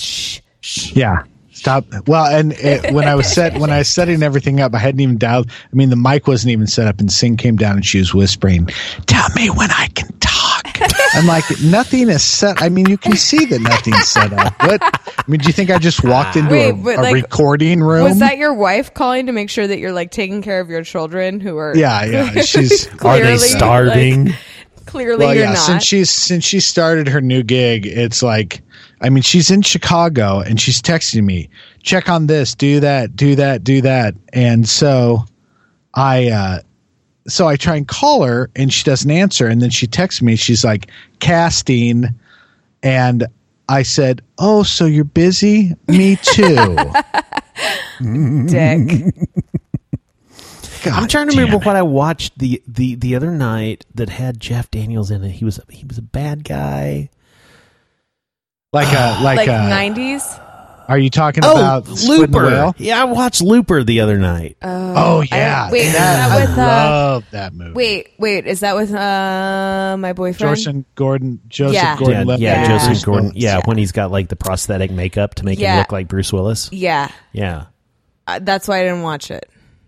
Speaker 5: Shh.
Speaker 4: Yeah. Stop. Well, and it, when I was set, when I was setting everything up, I hadn't even dialed. I mean, the mic wasn't even set up, and Sing came down and she was whispering, "Tell me when I can talk." I'm like, nothing is set. I mean, you can see that nothing's set up. What? I mean, do you think I just walked into
Speaker 5: Ah. Wait,
Speaker 4: a,
Speaker 5: but
Speaker 4: a
Speaker 5: like,
Speaker 4: recording room?
Speaker 5: Was that your wife calling to make sure that you're like taking care of your children who are
Speaker 4: yeah, yeah. She's
Speaker 1: Are they
Speaker 5: Clearly,
Speaker 1: starving?
Speaker 5: like, clearly
Speaker 4: well,
Speaker 5: you're
Speaker 4: yeah.
Speaker 5: not.
Speaker 4: Since she's since she started her new gig, it's like, I mean, she's in Chicago and she's texting me, check on this, do that, do that, do that, and so I, uh, so I try and call her and she doesn't answer, and then she texts me, she's like casting, and I said, oh, so you're busy? Me too.
Speaker 5: Dick.
Speaker 1: I'm trying to remember what I watched the, the the other night that had Jeff Daniels in it. He was he was a bad guy.
Speaker 4: like a like, uh,
Speaker 5: like
Speaker 4: a.
Speaker 5: 90s.
Speaker 4: Are you talking
Speaker 1: Oh,
Speaker 4: about Squid and
Speaker 1: Looper.
Speaker 4: Whale?
Speaker 1: Yeah, I watched Looper the other night.
Speaker 4: Oh yeah,
Speaker 5: wait, is
Speaker 4: that-
Speaker 5: that with, uh,
Speaker 4: I love that movie.
Speaker 5: Wait, wait, is that with uh my boyfriend?
Speaker 4: Joseph Gordon, Joseph
Speaker 5: Yeah.
Speaker 1: yeah,
Speaker 4: Gordon, Levitt.
Speaker 1: yeah,
Speaker 5: Yeah.
Speaker 1: Joseph Gordon. Yeah, when he's got like the prosthetic makeup to make him
Speaker 5: Yeah.
Speaker 1: look like Bruce Willis.
Speaker 5: Yeah.
Speaker 1: Yeah,
Speaker 5: Uh, that's why I didn't watch it.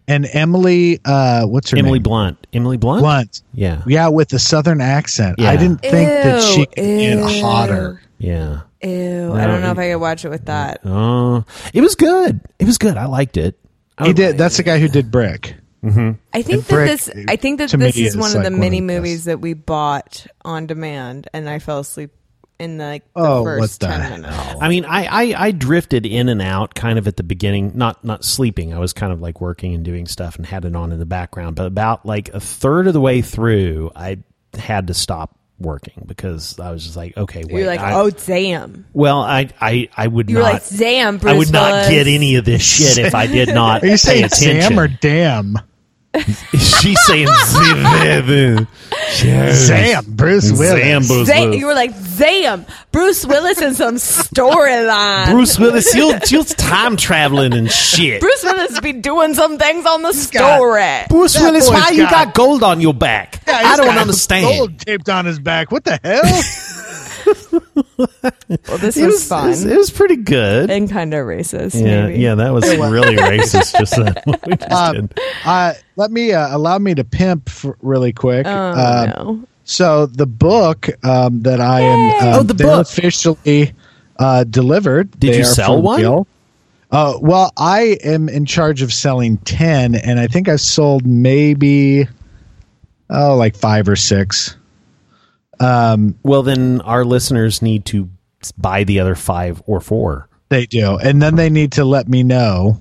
Speaker 4: and Emily, uh, what's her
Speaker 1: Emily
Speaker 4: name?
Speaker 1: Blunt. Emily Blunt.
Speaker 4: Blunt.
Speaker 1: Yeah,
Speaker 4: Yeah, with a southern accent. I
Speaker 1: Yeah.
Speaker 4: didn't think that she could get
Speaker 5: ew.
Speaker 4: hotter.
Speaker 1: yeah.
Speaker 5: Ew. I don't know if I could watch it with that.
Speaker 1: Oh, it was good. It was good. I liked it. I
Speaker 4: He
Speaker 1: would-
Speaker 4: did. That's the guy who did Brick.
Speaker 5: I think
Speaker 4: And
Speaker 5: that
Speaker 4: Brick,
Speaker 5: this I think that
Speaker 4: to me,
Speaker 5: this is
Speaker 4: is
Speaker 5: one of
Speaker 4: like
Speaker 5: the
Speaker 4: one of
Speaker 5: many
Speaker 4: the
Speaker 5: movies
Speaker 4: best.
Speaker 5: that we bought on demand and I fell asleep in like the
Speaker 4: Oh, what
Speaker 5: first
Speaker 4: the
Speaker 5: 10
Speaker 4: hell.
Speaker 5: minutes.
Speaker 1: I mean, I, I I drifted in and out kind of at the beginning, not not sleeping. I was kind of like working and doing stuff and had it on in the background. But about like a third of the way through, I had to stop working because I was just like, okay, wait.
Speaker 5: You're like,
Speaker 1: I-
Speaker 5: "Oh damn."
Speaker 1: well, I I I would
Speaker 5: You were
Speaker 1: not.
Speaker 5: like, "Damn, Bruce
Speaker 1: I would not
Speaker 5: Willis."
Speaker 1: get any of this shit if I did not
Speaker 4: Are you
Speaker 1: pay
Speaker 4: saying Sam
Speaker 1: attention.
Speaker 4: or Damn?
Speaker 1: She's saying Sam.
Speaker 4: Sam, Bruce Willis.
Speaker 1: Sam Bruce
Speaker 5: Zam-
Speaker 1: Willis.
Speaker 5: you were like, "Damn, Bruce Willis in some storyline."
Speaker 1: Bruce Willis, you'll, you'll time traveling and shit.
Speaker 5: Bruce Willis be doing some things on the story.
Speaker 1: Bruce Willis,
Speaker 4: boy's
Speaker 1: why you
Speaker 4: got-
Speaker 1: got gold on your back?
Speaker 4: Yeah,
Speaker 1: I
Speaker 4: he's
Speaker 1: don't
Speaker 4: got
Speaker 1: understand.
Speaker 4: Gold taped on his back. What the hell?
Speaker 5: Well, this
Speaker 1: It
Speaker 5: was,
Speaker 1: was,
Speaker 5: fun
Speaker 1: it was- it was pretty good.
Speaker 5: and kind of racist.
Speaker 1: yeah,
Speaker 5: maybe.
Speaker 1: yeah, that was really racist. Just that what we just
Speaker 4: Um,
Speaker 1: did.
Speaker 4: uh, let me uh, allow me to pimp for, really quick.
Speaker 5: Oh
Speaker 4: Uh,
Speaker 5: no.
Speaker 4: So the book um, that I am um,
Speaker 1: Oh, the
Speaker 4: they're
Speaker 1: book.
Speaker 4: officially uh, delivered.
Speaker 1: Did you
Speaker 4: are
Speaker 1: sell
Speaker 4: for
Speaker 1: one?
Speaker 4: Uh, well, I am in charge of selling ten, and I think I've sold maybe oh like five or six.
Speaker 1: Well, then our listeners need to s- buy the other five or four,
Speaker 4: They do, and then they need to let me know.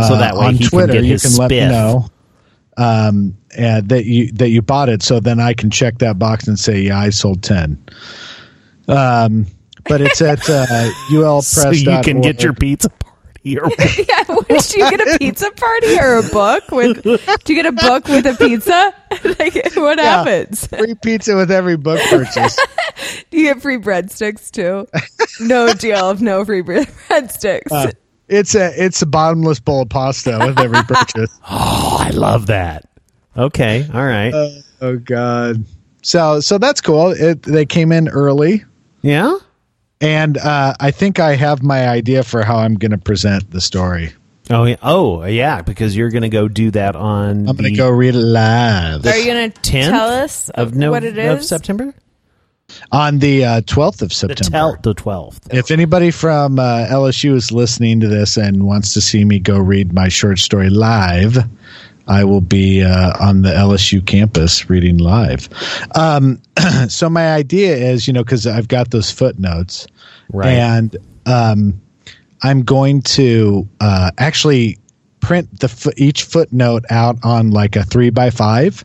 Speaker 1: so that way
Speaker 4: Uh, on
Speaker 1: he
Speaker 4: Twitter,
Speaker 1: can get
Speaker 4: you
Speaker 1: his
Speaker 4: can
Speaker 1: spiff.
Speaker 4: let me know um, uh, that you that you bought it. So then I can check that box and say, yeah, I sold ten. Um, but it's at uh, ulpress.
Speaker 1: so you can get your pizza party. Or
Speaker 5: Yeah, what, did you get a pizza party or a book with? Did you get a book with a pizza? like, what happens?
Speaker 4: free pizza with every book purchase.
Speaker 5: Do you get free breadsticks too? no deal of no free bre- breadsticks.
Speaker 4: Uh, it's a it's a bottomless bowl of pasta with every purchase.
Speaker 1: oh, I love that. Okay, all right.
Speaker 4: oh God. So so that's cool. It, they came in early.
Speaker 1: yeah.
Speaker 4: And uh, I think I have my idea for how I'm going to present the story.
Speaker 1: Oh, yeah. oh, yeah. Because you're going to go do that on.
Speaker 4: I'm going
Speaker 1: the
Speaker 4: to go read it live.
Speaker 5: Are you gonna
Speaker 1: 10th
Speaker 5: tell us
Speaker 1: of no,
Speaker 5: what it
Speaker 1: of
Speaker 5: is?
Speaker 1: September.
Speaker 4: on the uh, 12th of
Speaker 1: The
Speaker 4: September.
Speaker 1: tell the twelfth.
Speaker 4: If anybody from uh, LSU is listening to this and wants to see me go read my short story live, I will be uh, on the LSU campus reading live. Um, so my idea is, you know, because I've got those footnotes,
Speaker 1: Right.
Speaker 4: And um, I'm going to uh, actually print the fo- each footnote out on like a three by five,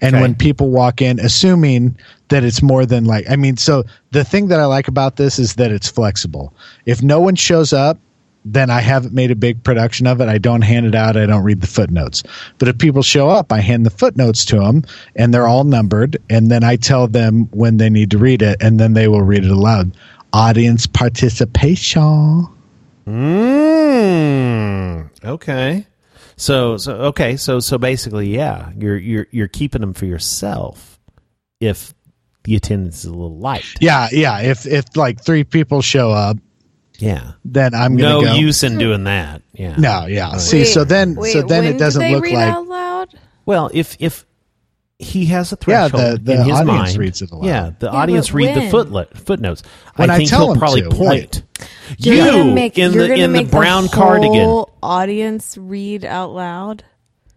Speaker 4: and
Speaker 1: Okay.
Speaker 4: when people walk in, assuming that it's more than like, I mean, so the thing that I like about this is that it's flexible. If no one shows up. Then I haven't made a big production of it. I don't hand it out. I don't read the footnotes. But if people show up, I hand the footnotes to them and they're all numbered. And then I tell them when they need to read it and then they will read it aloud audience participation.
Speaker 1: Mm, okay. So so okay so so basically yeah you're you're you're keeping them for yourself if the attendance is a little light.
Speaker 4: Yeah, yeah. If if like three people show up,
Speaker 1: Yeah.
Speaker 4: then I'm gonna
Speaker 1: No
Speaker 4: go.
Speaker 1: use in doing that. Yeah.
Speaker 4: no, yeah. See, so then, so then it doesn't look like
Speaker 5: out loud.
Speaker 1: Well, if if he has a
Speaker 4: Yeah, the-
Speaker 1: threshold
Speaker 4: the
Speaker 1: in his
Speaker 4: audience
Speaker 1: mind,
Speaker 4: reads it aloud.
Speaker 1: Yeah, the
Speaker 6: Yeah,
Speaker 1: audience
Speaker 6: but
Speaker 1: read the
Speaker 6: when?
Speaker 1: footlet, footnotes.
Speaker 4: When I
Speaker 1: think
Speaker 4: tell
Speaker 1: he'll
Speaker 4: them
Speaker 1: probably
Speaker 4: to,
Speaker 1: point.
Speaker 5: You're
Speaker 1: you
Speaker 5: gonna make-
Speaker 1: in
Speaker 5: you're
Speaker 1: the
Speaker 5: gonna
Speaker 1: in the
Speaker 5: make
Speaker 1: brown
Speaker 5: whole
Speaker 1: cardigan.
Speaker 5: Audience read out loud.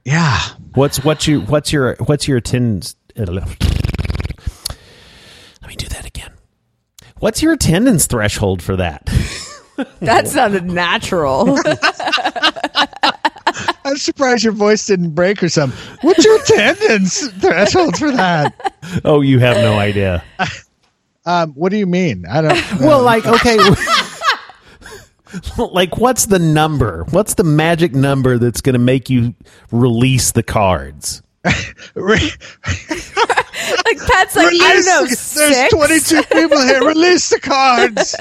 Speaker 4: yeah,
Speaker 1: What's what's your what's your what's your attendance? Let me do that again. What's your attendance threshold for that?
Speaker 5: That sounded natural.
Speaker 4: I'm surprised your voice didn't break or something. What's your attendance threshold for that?
Speaker 1: oh, you have no idea.
Speaker 4: Um, what do you mean? I don't.
Speaker 1: Well, like okay, like what's the number? What's the magic number that's going to make you release the cards?
Speaker 4: Re-
Speaker 5: like Pat's like I don't
Speaker 4: release
Speaker 5: know.
Speaker 4: the-
Speaker 5: Six?
Speaker 4: There's 22 people here. Release the cards.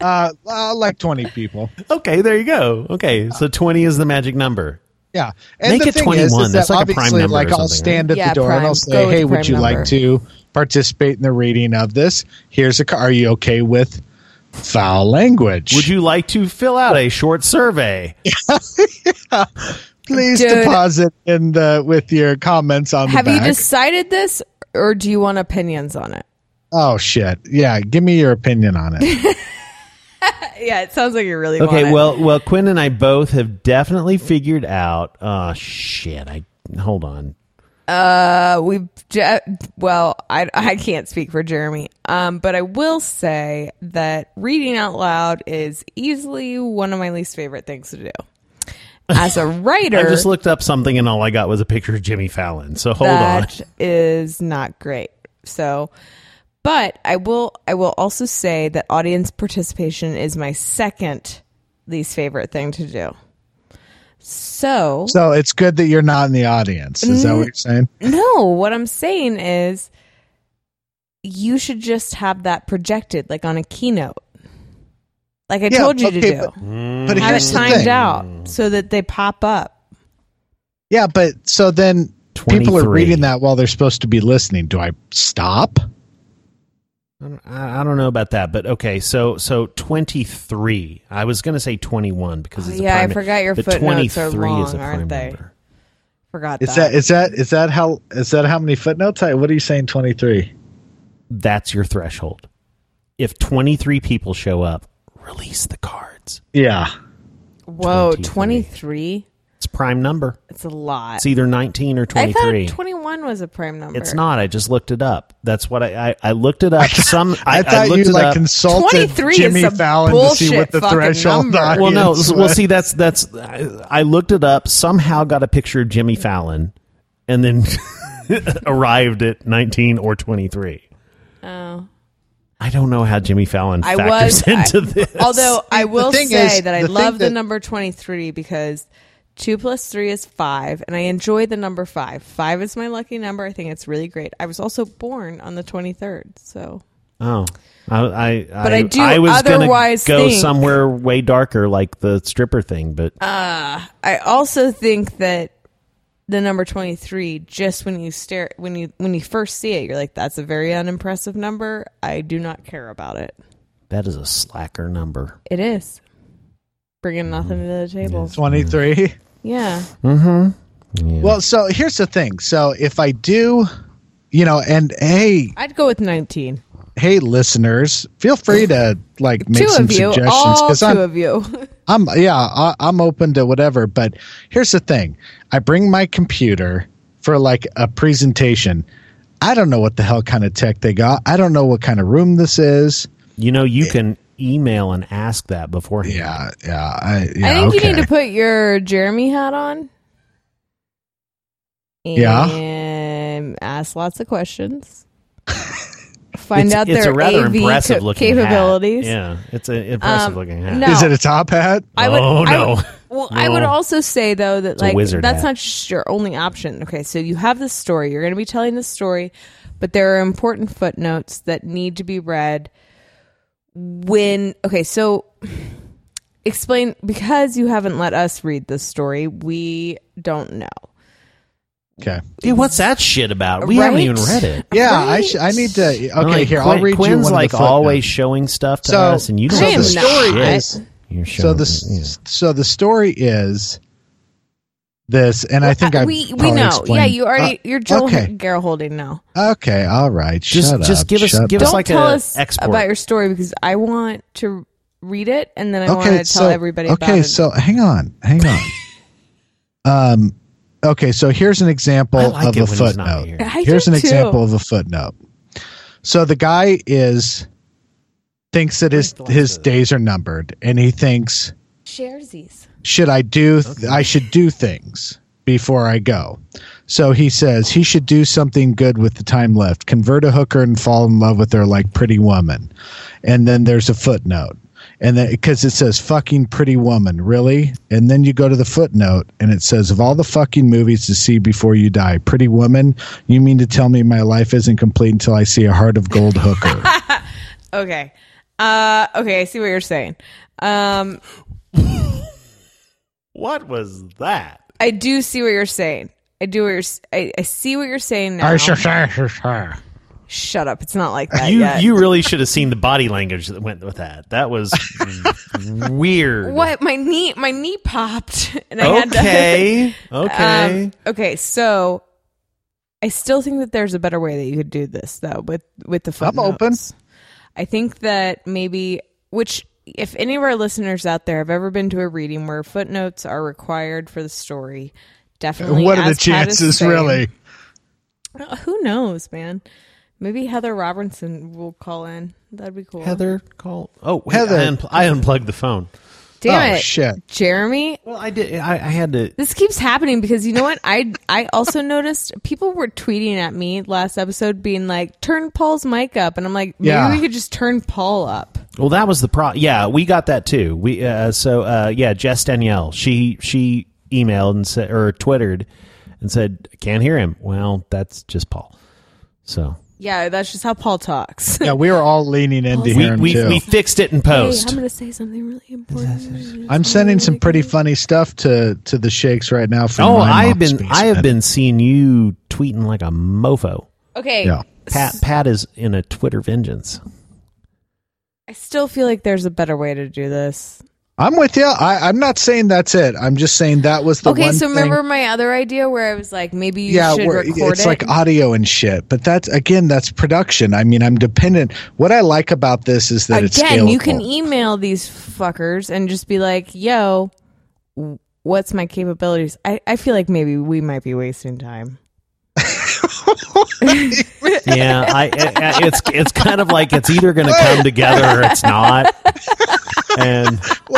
Speaker 4: Uh, uh, like 20 people.
Speaker 1: Okay, there you go. Okay, so twenty is the magic number.
Speaker 4: Yeah, and
Speaker 1: Make
Speaker 4: the
Speaker 1: it
Speaker 4: thing
Speaker 1: 21.
Speaker 4: is, is
Speaker 1: That's
Speaker 4: that
Speaker 1: like a prime
Speaker 4: obviously,
Speaker 1: number or
Speaker 4: like I'll
Speaker 1: something, right?
Speaker 4: stand at
Speaker 5: Yeah,
Speaker 4: the door and
Speaker 5: prime.
Speaker 4: I'll
Speaker 5: Go
Speaker 4: say,
Speaker 5: with
Speaker 4: "Hey,
Speaker 5: prime
Speaker 4: would you
Speaker 5: number."
Speaker 4: like to participate in the reading of this? Here's a. ca- Are you okay with foul language?
Speaker 1: Would you like to fill out a short survey?
Speaker 4: please
Speaker 5: Dude.
Speaker 4: deposit in the with your comments on
Speaker 5: Have
Speaker 4: the
Speaker 5: you
Speaker 4: back?
Speaker 5: decided this, or do you want opinions on it?
Speaker 4: oh shit! Yeah, give me your opinion on it.
Speaker 5: Yeah, it sounds like you really want
Speaker 1: Okay,
Speaker 5: it.
Speaker 1: well, well, Quinn and I both have definitely figured out. Oh shit! I hold on.
Speaker 5: Uh, we Je- well, I I can't speak for Jeremy. Um, but I will say that reading out loud is easily one of my least favorite things to do. As a writer,
Speaker 1: I just looked up something and all I got was a picture of Jimmy Fallon. So hold on.
Speaker 5: That is not great. So, but I will I will also say that audience participation is my second least favorite thing to do. So,
Speaker 4: so it's good that you're not in the audience. Is that what you're saying?
Speaker 1: Mm-hmm.
Speaker 5: no, what I'm saying is you should just have that projected like on a keynote. Like I
Speaker 4: Yeah,
Speaker 5: told you
Speaker 4: okay,
Speaker 5: to do.
Speaker 4: but- But
Speaker 5: have
Speaker 4: here's
Speaker 5: it
Speaker 4: the
Speaker 5: timed
Speaker 4: thing.
Speaker 5: out so that they pop up.
Speaker 4: Yeah, but so then people are
Speaker 1: 23.
Speaker 4: reading that while they're supposed to be listening. Do I stop?
Speaker 1: I I don't know about that, but okay. So so twenty three. I was going to say twenty one because
Speaker 5: Oh,
Speaker 1: it's a
Speaker 5: yeah, I
Speaker 1: prime-
Speaker 5: forgot your
Speaker 1: but
Speaker 5: footnotes
Speaker 1: 23
Speaker 5: are
Speaker 1: is a
Speaker 5: long, aren't
Speaker 1: prime
Speaker 5: they?
Speaker 1: number.
Speaker 5: Forgot
Speaker 4: Is that is that is that how is that how many footnotes? I, what are you saying? Twenty three.
Speaker 1: That's your threshold. If twenty three people show up, release the cards.
Speaker 4: Yeah.
Speaker 5: Whoa,
Speaker 1: 23.
Speaker 5: 23?
Speaker 1: It's prime number.
Speaker 5: It's a lot.
Speaker 1: It's either nineteen or
Speaker 5: I
Speaker 1: twenty three.
Speaker 5: thought 21 was a prime number.
Speaker 1: It's not. I just looked it up. That's what I I, I looked it up. Some I,
Speaker 4: I,
Speaker 1: I
Speaker 4: thought
Speaker 1: looked
Speaker 4: you
Speaker 1: it
Speaker 4: like
Speaker 1: up.
Speaker 4: consulted
Speaker 5: 23 is
Speaker 4: Jimmy
Speaker 5: a
Speaker 4: Fallon to see
Speaker 5: bullshit
Speaker 4: what the
Speaker 5: fucking
Speaker 4: threshold
Speaker 5: number.
Speaker 4: audience
Speaker 1: well, no. s- Well,
Speaker 4: was.
Speaker 1: see, that's that's. I, I looked it up. Somehow got a picture of Jimmy Fallon, and then arrived at nineteen or twenty three.
Speaker 5: Oh.
Speaker 1: I don't know how Jimmy Fallon
Speaker 5: I
Speaker 1: factors
Speaker 5: was. I-
Speaker 1: into this.
Speaker 5: Although I will
Speaker 4: thing
Speaker 5: say
Speaker 4: is-
Speaker 5: that I
Speaker 4: the thing
Speaker 5: love the
Speaker 4: that-
Speaker 5: number 23 because 2 plus 3 is 5, and I enjoy the number 5. 5 is my lucky number. I think it's really great. I was also born on the 23rd, so.
Speaker 1: oh, I, I
Speaker 5: But I do
Speaker 1: I was gonna
Speaker 5: otherwise
Speaker 1: go
Speaker 5: think- Uh.
Speaker 1: somewhere way darker, like the stripper thing. But
Speaker 5: I also think that the number 23 just when you stare when you when you first see it you're like that's a very unimpressive number i do not care about it
Speaker 1: that is a slacker number.
Speaker 5: it is bringing nothing to the table
Speaker 4: Twenty three.
Speaker 5: yeah
Speaker 4: Well, so here's the thing. So if I do, you know, and hey,
Speaker 5: i'd go with 19
Speaker 4: hey, listeners, feel free to like make
Speaker 5: two
Speaker 4: some
Speaker 5: of you,
Speaker 4: suggestions
Speaker 5: all 2
Speaker 4: I'm,
Speaker 5: of you.
Speaker 4: I'm yeah, I, I'm open to whatever. But here's the thing: I bring my computer for like a presentation. I don't know what the hell kind of tech they got. I don't know what kind of room this is.
Speaker 1: You know, you can email and ask that beforehand.
Speaker 4: Yeah, yeah, I, yeah.
Speaker 5: I think
Speaker 4: okay.
Speaker 5: you need to put your Jeremy hat on. And
Speaker 4: Yeah.
Speaker 5: ask lots of questions. Find out
Speaker 1: it's
Speaker 5: their
Speaker 1: a rather
Speaker 5: AV
Speaker 1: impressive
Speaker 5: ca-
Speaker 1: looking hat.
Speaker 5: capabilities.
Speaker 1: Yeah, it's an impressive
Speaker 5: Um,
Speaker 1: looking hat.
Speaker 5: no.
Speaker 4: Is it a top hat?
Speaker 5: I would,
Speaker 1: Oh,
Speaker 5: I
Speaker 1: no.
Speaker 5: would- well, I would
Speaker 1: No.
Speaker 5: also say though that
Speaker 1: a
Speaker 5: like
Speaker 1: wizard
Speaker 5: that's
Speaker 1: hat.
Speaker 5: not just your only option. Okay, so you have this story. You're going to be telling this story, but there are important footnotes that need to be read. When okay, so explain because you haven't let us read this story. We don't know.
Speaker 4: Okay.
Speaker 1: Yeah, what's that shit about? We haven't
Speaker 5: Right?
Speaker 1: even read it.
Speaker 4: Yeah, I, sh- I need to. Okay,
Speaker 1: Like,
Speaker 4: here
Speaker 1: Quinn-
Speaker 4: I'll read you
Speaker 1: Quinn's
Speaker 4: one
Speaker 1: like
Speaker 4: of the footnotes.
Speaker 1: always showing stuff to
Speaker 4: So-
Speaker 1: us, and you don't
Speaker 4: so
Speaker 1: know
Speaker 4: the
Speaker 1: shit.
Speaker 4: story
Speaker 5: is-
Speaker 1: You're
Speaker 4: So
Speaker 1: showing
Speaker 4: the s- so the story is this, and I think I
Speaker 5: uh, we we
Speaker 4: probably
Speaker 5: know.
Speaker 4: explained-
Speaker 5: Yeah, you already
Speaker 4: Uh,
Speaker 5: you're Joel
Speaker 4: okay.
Speaker 5: Gerholding now.
Speaker 4: Okay, all right.
Speaker 1: Just-
Speaker 4: shut
Speaker 1: just
Speaker 4: up,
Speaker 1: give us-
Speaker 4: shut
Speaker 1: give
Speaker 4: up.
Speaker 1: It's
Speaker 5: Don't
Speaker 1: like
Speaker 5: tell
Speaker 1: a
Speaker 5: us
Speaker 1: export.
Speaker 5: about your story because I want to read it and then I want to tell everybody
Speaker 4: okay,
Speaker 5: about it.
Speaker 4: so hang on, hang on. um, okay, so here's an example
Speaker 1: I like
Speaker 4: of
Speaker 1: it
Speaker 4: a
Speaker 1: when he's not
Speaker 4: footnote.
Speaker 1: here.
Speaker 5: I do
Speaker 4: here's an
Speaker 5: too.
Speaker 4: example of a footnote. So the guy is thinks that his his days are numbered, and he thinks
Speaker 5: Sharesies.
Speaker 4: should I do th- I should do things before I go. So he says he should do something good with the time left. Convert a hooker and fall in love with her like pretty woman. And then there's a footnote. And then cuz it says fucking pretty woman, really? And then you go to the footnote and it says of all the fucking movies to see before you die, pretty woman, you mean to tell me my life isn't complete until I see a heart of gold hooker.
Speaker 5: Okay. Uh, okay, I see what you're saying. Um,
Speaker 1: What was that?
Speaker 5: I do see what you're saying. I do what you're. s- I, I see what you're saying now.
Speaker 4: I should say, should say.
Speaker 5: Shut up! It's not like that
Speaker 1: You
Speaker 5: yet.
Speaker 1: you really should have seen the body language that went with that. That was weird.
Speaker 5: what? My knee. My knee popped, and I had to.
Speaker 1: Okay. Okay.
Speaker 5: Um, okay, so I still think that there's a better way that you could do this though with with the
Speaker 4: I'm
Speaker 5: footnotes.
Speaker 4: open.
Speaker 5: I think that maybe which if any of our listeners out there have ever been to a reading where footnotes are required for the story, definitely.
Speaker 4: What are the
Speaker 5: as Pat is
Speaker 4: chances
Speaker 5: saying-
Speaker 4: really?
Speaker 5: Uh, Who knows, man? Maybe Heather Robinson will call in. That'd be cool.
Speaker 1: Heather, call. Oh, wait,
Speaker 4: Heather.
Speaker 1: I, unpl- I unplugged the phone.
Speaker 5: Damn
Speaker 4: Oh,
Speaker 5: it,
Speaker 4: shit.
Speaker 5: Jeremy.
Speaker 1: Well, I did. I, I had to.
Speaker 5: This keeps happening because you know what? I I also noticed people were tweeting at me last episode being like, turn Paul's mic up. And I'm like, maybe
Speaker 4: Yeah.
Speaker 5: we could just turn Paul up.
Speaker 1: Well, that was the pro. Yeah, we got that too. We uh, so uh, yeah, Jess Danielle. She she emailed and said or twittered and said can't hear him. Well, that's just Paul. So
Speaker 5: Yeah, that's just how Paul talks.
Speaker 4: Yeah, we were all leaning into
Speaker 1: we
Speaker 4: him
Speaker 1: we,
Speaker 4: too.
Speaker 1: we fixed it in
Speaker 5: Hey,
Speaker 1: post.
Speaker 5: I'm gonna say something really important.
Speaker 4: I'm sending some pretty funny stuff to to the shakes right now. From
Speaker 1: oh,
Speaker 4: my
Speaker 1: I've
Speaker 4: mom's
Speaker 1: been
Speaker 4: basement.
Speaker 1: I have been seeing you tweeting like a mofo.
Speaker 5: Okay.
Speaker 4: Yeah.
Speaker 1: Pat Pat is in a Twitter vengeance.
Speaker 5: I still feel like there's a better way to do this.
Speaker 4: I'm with you. I, I'm not saying that's it. I'm just saying that was the
Speaker 5: okay,
Speaker 4: one
Speaker 5: so
Speaker 4: thing-
Speaker 5: remember my other idea where I was like, maybe you
Speaker 4: yeah,
Speaker 5: should
Speaker 4: where
Speaker 5: record
Speaker 4: it's
Speaker 5: it.
Speaker 4: like audio and shit. But that's again, that's production. I mean, I'm dependent. What I like about this is that it's
Speaker 5: Again,
Speaker 4: scalable.
Speaker 5: you can email these fuckers and just be like, yo, w- what's my capabilities? I, I feel like maybe we might be wasting time.
Speaker 1: Yeah, I, I- I- it's it's kind of like it's either going to come together or it's not. And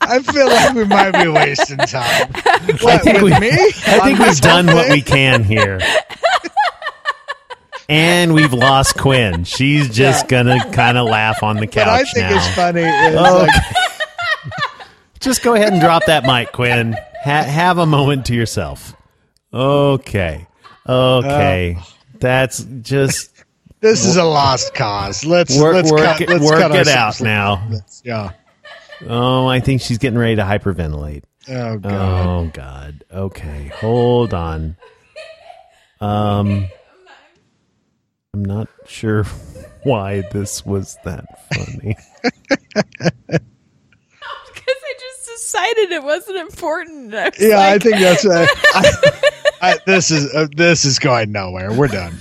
Speaker 4: I feel like we might be wasting time. What,
Speaker 1: think
Speaker 4: with
Speaker 1: we-
Speaker 4: me?
Speaker 1: I think we've done what we can here. And we've lost Quinn. She's just gonna kind of laugh on the
Speaker 4: What I
Speaker 1: couch
Speaker 4: think
Speaker 1: now.
Speaker 4: is funny is
Speaker 1: Oh,
Speaker 4: like,
Speaker 1: Just go ahead and drop that mic, Quinn. Ha- have a moment to yourself. Okay, okay.
Speaker 4: Uh,
Speaker 1: That's just
Speaker 4: this is a lost cause. Let's
Speaker 1: work,
Speaker 4: let's
Speaker 1: work,
Speaker 4: cut,
Speaker 1: it-
Speaker 4: let's
Speaker 1: work
Speaker 4: cut
Speaker 1: it
Speaker 4: ourselves
Speaker 1: out now.
Speaker 4: loose. Yeah.
Speaker 1: Oh, I think she's getting ready to hyperventilate.
Speaker 4: Oh god.
Speaker 1: Oh God. Okay, hold on. Um, I'm not sure why this was that funny.
Speaker 5: Because I just decided it wasn't important. I was
Speaker 4: Yeah, I
Speaker 5: like,
Speaker 4: think that's. Uh, I, I, this is uh, this is going nowhere. We're done.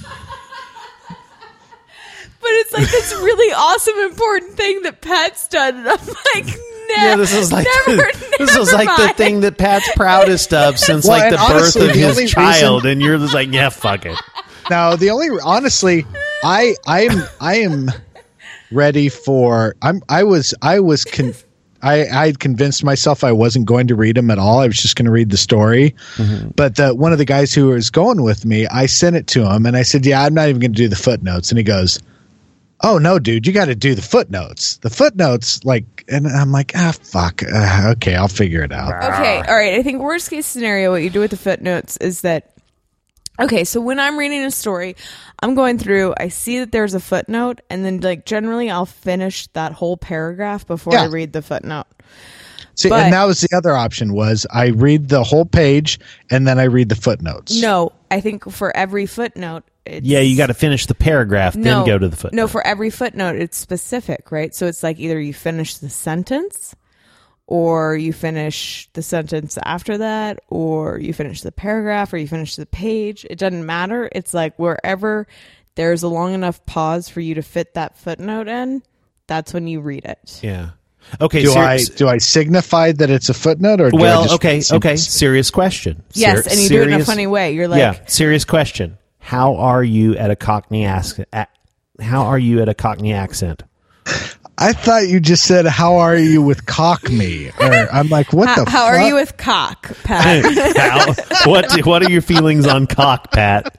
Speaker 5: but it's like this really awesome, important thing that Pat's done. And I'm like, no.
Speaker 1: Yeah, this is like
Speaker 5: never,
Speaker 1: the, this is
Speaker 5: never
Speaker 1: like the
Speaker 5: mind.
Speaker 1: thing that Pat's proudest of since
Speaker 4: Well,
Speaker 1: like
Speaker 4: and
Speaker 1: the birth of
Speaker 4: honestly, the
Speaker 1: his
Speaker 4: only reason-
Speaker 1: child, and you're just like, yeah, fuck it.
Speaker 4: Now, the only honestly, I I am I am ready for. I'm I was I was con- I I had convinced myself I wasn't going to read them at all. I was just going to read the story. But the, one of the guys who was going with me, I sent it to him and I said, "Yeah, I'm not even going to do the footnotes." And he goes. Oh no, dude! You got to do the footnotes. The footnotes, like, and I'm like, ah, fuck. Uh, okay, I'll figure it out.
Speaker 5: Okay, all right. I think worst case scenario, what you do with the footnotes is that. Okay, so when I'm reading a story, I'm going through. I see that there's a footnote, and then like generally, I'll finish that whole paragraph before I
Speaker 4: Yeah.
Speaker 5: read the footnote.
Speaker 4: See,
Speaker 5: But-
Speaker 4: and that was the other option was I read the whole page and then I read the footnotes.
Speaker 5: No, I think for every footnote, it's,
Speaker 1: Yeah, you got to finish the paragraph, then go to the footnote.
Speaker 5: No, for every footnote, it's specific, right? So it's like either you finish the sentence, or you finish the sentence after that, or you finish the paragraph, or you finish the page. It doesn't matter. It's like wherever there's a long enough pause for you to fit that footnote in, that's when you read it.
Speaker 1: yeah. Okay.
Speaker 4: Do
Speaker 1: ser-
Speaker 4: I do I signify that it's a footnote or do I
Speaker 1: well,
Speaker 4: just-
Speaker 1: okay, okay. Serious question.
Speaker 5: Yes,
Speaker 1: Ser-
Speaker 5: and you do it in a
Speaker 1: serious-
Speaker 5: funny way. You're like,
Speaker 1: yeah, serious question. How are you at a Cockney accent? How are you at a Cockney accent?
Speaker 4: I thought you just said how are you with cock me or I'm like what
Speaker 5: how,
Speaker 4: the
Speaker 5: how are
Speaker 4: fuck?
Speaker 5: you with cock, Pat?
Speaker 1: How, what What are your feelings on cock, Pat?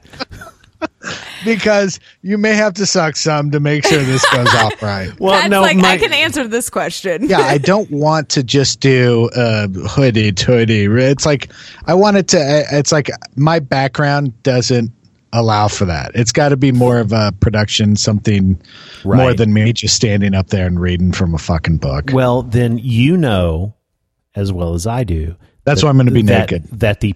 Speaker 4: because you may have to suck some to make sure this goes off right.
Speaker 1: Well,
Speaker 5: Pat's
Speaker 1: no,
Speaker 5: like,
Speaker 1: my-
Speaker 5: I can answer this question.
Speaker 4: yeah, I don't want to just do uh, hoodie toody. It's like I want it to. uh, It's like my background doesn't allow for that. It's got to be more of a production, something more
Speaker 1: Right.
Speaker 4: than me just standing up there and reading from a fucking book.
Speaker 1: Well, then you know as well as I do.
Speaker 4: That's
Speaker 1: that-
Speaker 4: why I'm gonna be
Speaker 1: that-
Speaker 4: naked.
Speaker 1: That the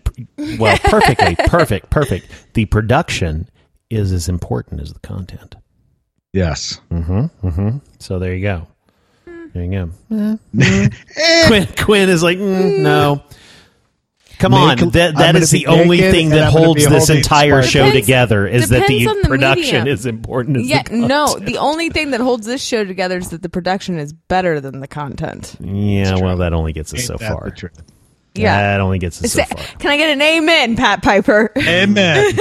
Speaker 1: well, perfectly, perfect, perfect. The production is as important as the content.
Speaker 4: yes.
Speaker 1: So there you go. There you go.
Speaker 4: Mm-hmm.
Speaker 1: Quinn, Quinn is like, "Mm, no. Come
Speaker 4: Make-
Speaker 1: on, that that
Speaker 4: I'm gonna
Speaker 1: is
Speaker 4: be
Speaker 1: the only
Speaker 4: naked
Speaker 1: thing
Speaker 4: and
Speaker 1: that
Speaker 4: I'm gonna
Speaker 1: holds
Speaker 4: be
Speaker 1: this
Speaker 4: holding
Speaker 1: entire
Speaker 4: Sparky.
Speaker 1: show
Speaker 5: Depends-
Speaker 1: together is that the
Speaker 5: depends on the
Speaker 1: production
Speaker 5: medium.
Speaker 1: is important. As
Speaker 5: Yeah,
Speaker 1: the
Speaker 5: no. The only thing that holds this show together is that the production is better than the content.
Speaker 1: con- yeah. Well, that only gets us so
Speaker 4: Ain't that the
Speaker 1: far.
Speaker 4: truth?
Speaker 5: Yeah.
Speaker 1: that only gets us so
Speaker 5: Sa-
Speaker 1: far.
Speaker 5: Can I get an amen, Pat Piper?
Speaker 4: Amen.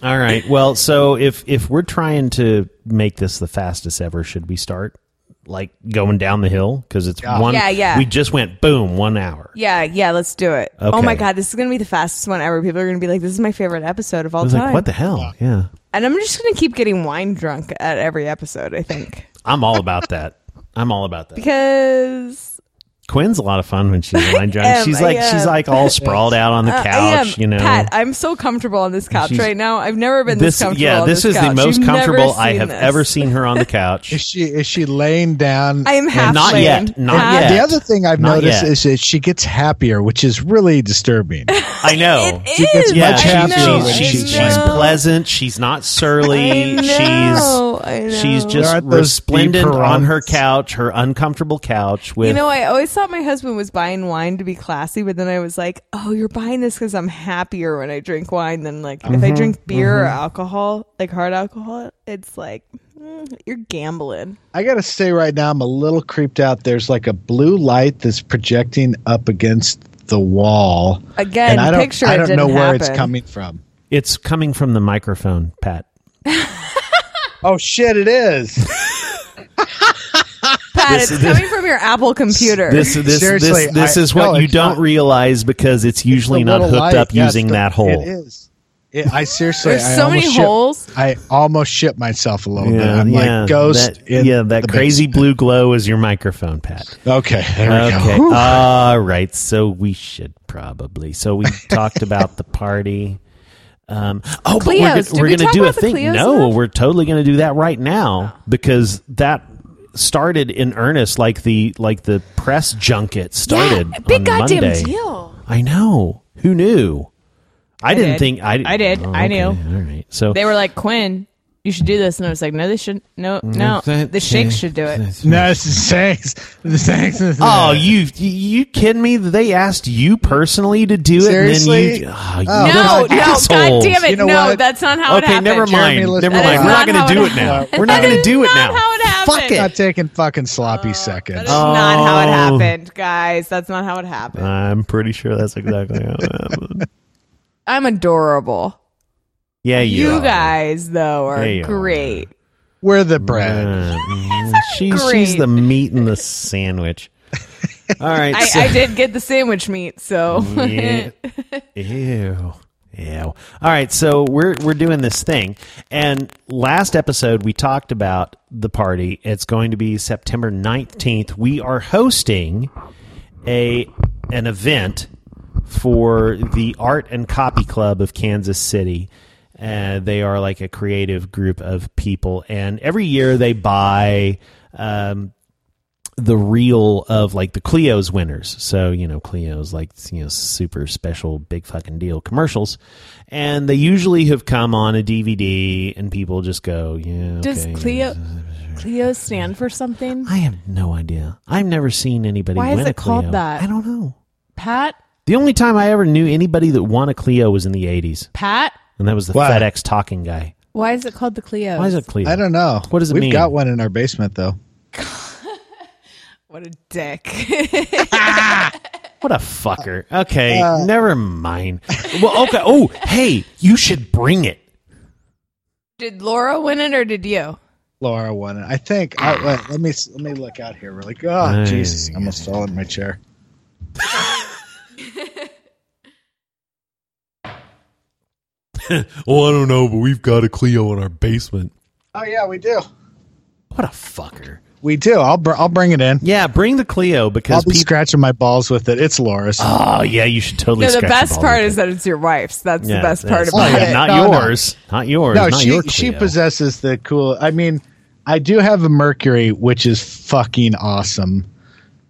Speaker 1: All right. Well, so if if we're trying to make this the fastest ever, should we start like going down the hill because it's one?
Speaker 5: Yeah, yeah.
Speaker 1: We just went boom one hour.
Speaker 5: yeah, yeah, let's do it. Oh
Speaker 1: Okay.
Speaker 5: my God, this is going to be the fastest one ever. People are going to be like, this is my favorite episode of all
Speaker 1: I was
Speaker 5: time.
Speaker 1: like, what the hell? Yeah,
Speaker 5: and I'm just going to keep getting wine drunk at every episode, I think.
Speaker 1: I'm all about that. I'm all about that.
Speaker 5: Because
Speaker 1: Quinn's a lot of fun when she's wine drunk.
Speaker 5: am,
Speaker 1: she's like
Speaker 5: I
Speaker 1: she's
Speaker 5: am.
Speaker 1: like all sprawled out on the
Speaker 5: uh,
Speaker 1: couch.
Speaker 5: I am,
Speaker 1: you know,
Speaker 5: Pat, I'm so comfortable on this couch
Speaker 1: She's-
Speaker 5: right now. I've never been this,
Speaker 1: this
Speaker 5: comfortable.
Speaker 1: yeah,
Speaker 5: on
Speaker 1: this is the
Speaker 5: couch.
Speaker 1: most
Speaker 5: You've never
Speaker 1: comfortable I
Speaker 5: seen
Speaker 1: have
Speaker 5: this.
Speaker 1: ever seen her on the
Speaker 4: Is
Speaker 1: couch.
Speaker 4: she is she laying down?
Speaker 5: I am
Speaker 4: and-
Speaker 5: half
Speaker 1: Not
Speaker 5: laying.
Speaker 1: yet, not
Speaker 5: Half-
Speaker 1: yet.
Speaker 4: The other thing I've
Speaker 1: Not
Speaker 4: noticed
Speaker 1: yet.
Speaker 4: is that she gets happier, which is really disturbing.
Speaker 1: I know.
Speaker 5: It
Speaker 4: She gets
Speaker 5: is.
Speaker 1: Yeah,
Speaker 4: much
Speaker 5: I
Speaker 1: she's,
Speaker 4: happier
Speaker 5: know,
Speaker 1: she's,
Speaker 4: when
Speaker 1: she's,
Speaker 4: she's
Speaker 5: I know.
Speaker 1: she's pleasant. She's not surly.
Speaker 5: I know, I
Speaker 1: she's she's
Speaker 5: know.
Speaker 1: just
Speaker 4: There aren't those deep
Speaker 1: resplendent on her
Speaker 4: piranhas.
Speaker 1: couch, her uncomfortable couch with
Speaker 5: You know, I always thought my husband was buying wine to be classy, but then I was like, "Oh, you're buying this because I'm happier when I drink wine than like if I
Speaker 1: Mm-hmm,
Speaker 5: drink beer or alcohol, like hard alcohol. It's like mm, you're gambling."
Speaker 4: I gotta say right now, I'm a little creeped out. There's like a blue light that's projecting up against the wall.
Speaker 5: Again,
Speaker 4: I don't,
Speaker 5: picture
Speaker 4: I
Speaker 5: it
Speaker 4: don't
Speaker 5: didn't
Speaker 4: know where it's
Speaker 5: happen.
Speaker 4: coming from.
Speaker 1: it's coming from the microphone, Pat.
Speaker 4: Oh shit! It is.
Speaker 5: Pat,
Speaker 1: This-
Speaker 5: it's
Speaker 1: this-
Speaker 5: coming from your Apple computer.
Speaker 1: This this
Speaker 4: Seriously,
Speaker 1: this, this
Speaker 4: I-
Speaker 1: is
Speaker 4: no,
Speaker 1: what you
Speaker 4: it's
Speaker 1: don't
Speaker 4: not-
Speaker 1: realize because it's usually
Speaker 4: The
Speaker 1: not
Speaker 4: little
Speaker 1: hooked
Speaker 4: light,
Speaker 1: up
Speaker 4: yes,
Speaker 1: using
Speaker 4: the-
Speaker 1: that hole.
Speaker 4: It is. It, I seriously.
Speaker 5: There's
Speaker 4: I
Speaker 5: so many
Speaker 4: almost shit-
Speaker 5: holes.
Speaker 4: I almost shit myself a little bit. I'm like ghost.
Speaker 1: That,
Speaker 4: in
Speaker 1: yeah, that
Speaker 4: the
Speaker 1: crazy blue glow is your microphone, Pat.
Speaker 4: basement. Okay, there we
Speaker 1: Okay.
Speaker 4: go.
Speaker 1: All right. So we should probably. So we talked about the party. Um, oh,
Speaker 5: Cleos.
Speaker 1: but
Speaker 5: Did
Speaker 1: we're,
Speaker 5: we
Speaker 1: going to
Speaker 5: talk
Speaker 1: do a
Speaker 5: about the
Speaker 1: thing.
Speaker 5: Cleos Oh.
Speaker 1: No,
Speaker 5: enough?
Speaker 1: we're totally going to do that right now because that started in earnest. Like the like the press junket started.
Speaker 5: yeah, big
Speaker 1: on
Speaker 5: goddamn
Speaker 1: Monday.
Speaker 5: deal.
Speaker 1: I know. Who knew? I, didn't
Speaker 5: did.
Speaker 1: think. I, Oh,
Speaker 5: I did. I knew.
Speaker 1: All right. So
Speaker 5: They were like, "Quinn, you should do this," and I was like, "No, they shouldn't. No,
Speaker 1: Mm-hmm.
Speaker 5: no, the shakes should do it."
Speaker 4: No, thanks. Thanks.
Speaker 1: Oh, you you- you kidding me? They asked you personally to do it, and
Speaker 4: Seriously?
Speaker 1: then you. Oh, you
Speaker 4: No,
Speaker 5: No,
Speaker 1: little
Speaker 5: no, god
Speaker 1: assholes.
Speaker 5: damn it,
Speaker 4: You know
Speaker 5: no,
Speaker 4: what?
Speaker 5: that's not how it
Speaker 1: Okay,
Speaker 5: happened.
Speaker 1: never mind.
Speaker 4: Jeremy, listen-
Speaker 1: never
Speaker 4: That
Speaker 1: mind.
Speaker 4: is
Speaker 1: We're not
Speaker 5: not
Speaker 1: going to
Speaker 5: how
Speaker 1: do
Speaker 5: it
Speaker 1: it now.
Speaker 4: happened.
Speaker 1: We're not
Speaker 5: That
Speaker 1: going to
Speaker 5: is
Speaker 1: do it
Speaker 5: not
Speaker 1: now.
Speaker 5: how it
Speaker 1: Fuck
Speaker 5: happened.
Speaker 4: not
Speaker 1: it.
Speaker 4: taking fucking sloppy
Speaker 5: That
Speaker 4: seconds.
Speaker 5: is not how it
Speaker 1: Oh.
Speaker 5: happened, guys. That's not how it happened.
Speaker 1: I'm pretty sure that's exactly how it happened.
Speaker 5: I'm adorable.
Speaker 1: Yeah, you,
Speaker 5: You
Speaker 1: are.
Speaker 5: guys, though, are
Speaker 1: They are.
Speaker 5: great.
Speaker 4: We're the bread.
Speaker 1: Uh, mm, she's she's
Speaker 5: Great.
Speaker 1: the meat in the sandwich. All right.
Speaker 5: I,
Speaker 1: so-
Speaker 5: I did get the sandwich meat, so
Speaker 1: Yeah. Ew. Ew. All right, so we're we're doing this thing. And last episode we talked about the party. It's going to be September 19th. We are hosting a an event for the Art and Copy Club of Kansas City. Uh, they are like a creative group of people, and every year they buy um, the reel of like the Clio's winners. So, you know, Clio's like, you know, super special, big fucking deal commercials. And they usually have come on a DVD and people just go, yeah.
Speaker 5: Does
Speaker 1: okay,
Speaker 5: Cleo
Speaker 1: yeah.
Speaker 5: Cleo stand for something?
Speaker 1: I have no idea. I've never seen anybody
Speaker 5: Why is
Speaker 1: win a
Speaker 5: it called
Speaker 1: Clio.
Speaker 5: that?
Speaker 1: I don't know.
Speaker 5: Pat,
Speaker 1: The only time I ever knew anybody that won a Clio was in the 80s,
Speaker 5: Pat,
Speaker 1: and that was the
Speaker 4: Why?
Speaker 1: FedEx talking guy.
Speaker 5: why is it called the Cleo?
Speaker 1: Why is it Clio?
Speaker 4: I don't know.
Speaker 1: What does it
Speaker 4: We've
Speaker 1: mean?
Speaker 4: got one in our basement though.
Speaker 5: What a dick.
Speaker 1: What a fucker.
Speaker 4: Uh,
Speaker 1: Okay, never mind. Well, okay. Oh, hey, you should bring it.
Speaker 5: did Laura win it or did you?
Speaker 4: Laura won it. I think. I, let, let me s- let me look out here really. Oh
Speaker 1: Nice.
Speaker 4: Jesus! I almost fell in my chair.
Speaker 1: Oh, I don't know, but we've got a Clio in our basement.
Speaker 4: Oh yeah, we do.
Speaker 1: What a fucker.
Speaker 4: We do. I'll br- I'll bring it in.
Speaker 1: Yeah, bring the Clio
Speaker 4: I'll
Speaker 1: because
Speaker 4: be
Speaker 1: people.
Speaker 4: scratching my balls with it. It's Laura's.
Speaker 1: oh, yeah, you should totally.
Speaker 5: No, the
Speaker 1: scratch
Speaker 5: best
Speaker 1: ball
Speaker 5: part
Speaker 1: with
Speaker 5: is
Speaker 1: it.
Speaker 5: that it's your wife's. That's
Speaker 1: Yeah,
Speaker 5: the best part
Speaker 1: that's-
Speaker 5: about
Speaker 1: oh,
Speaker 5: it.
Speaker 1: yeah,
Speaker 4: it.
Speaker 1: Not
Speaker 4: No, no.
Speaker 1: yours. Not yours.
Speaker 4: no,
Speaker 1: not
Speaker 4: she
Speaker 1: your
Speaker 4: she
Speaker 1: Clio.
Speaker 4: possesses the cool. I mean, I do have a Mercury, which is fucking awesome,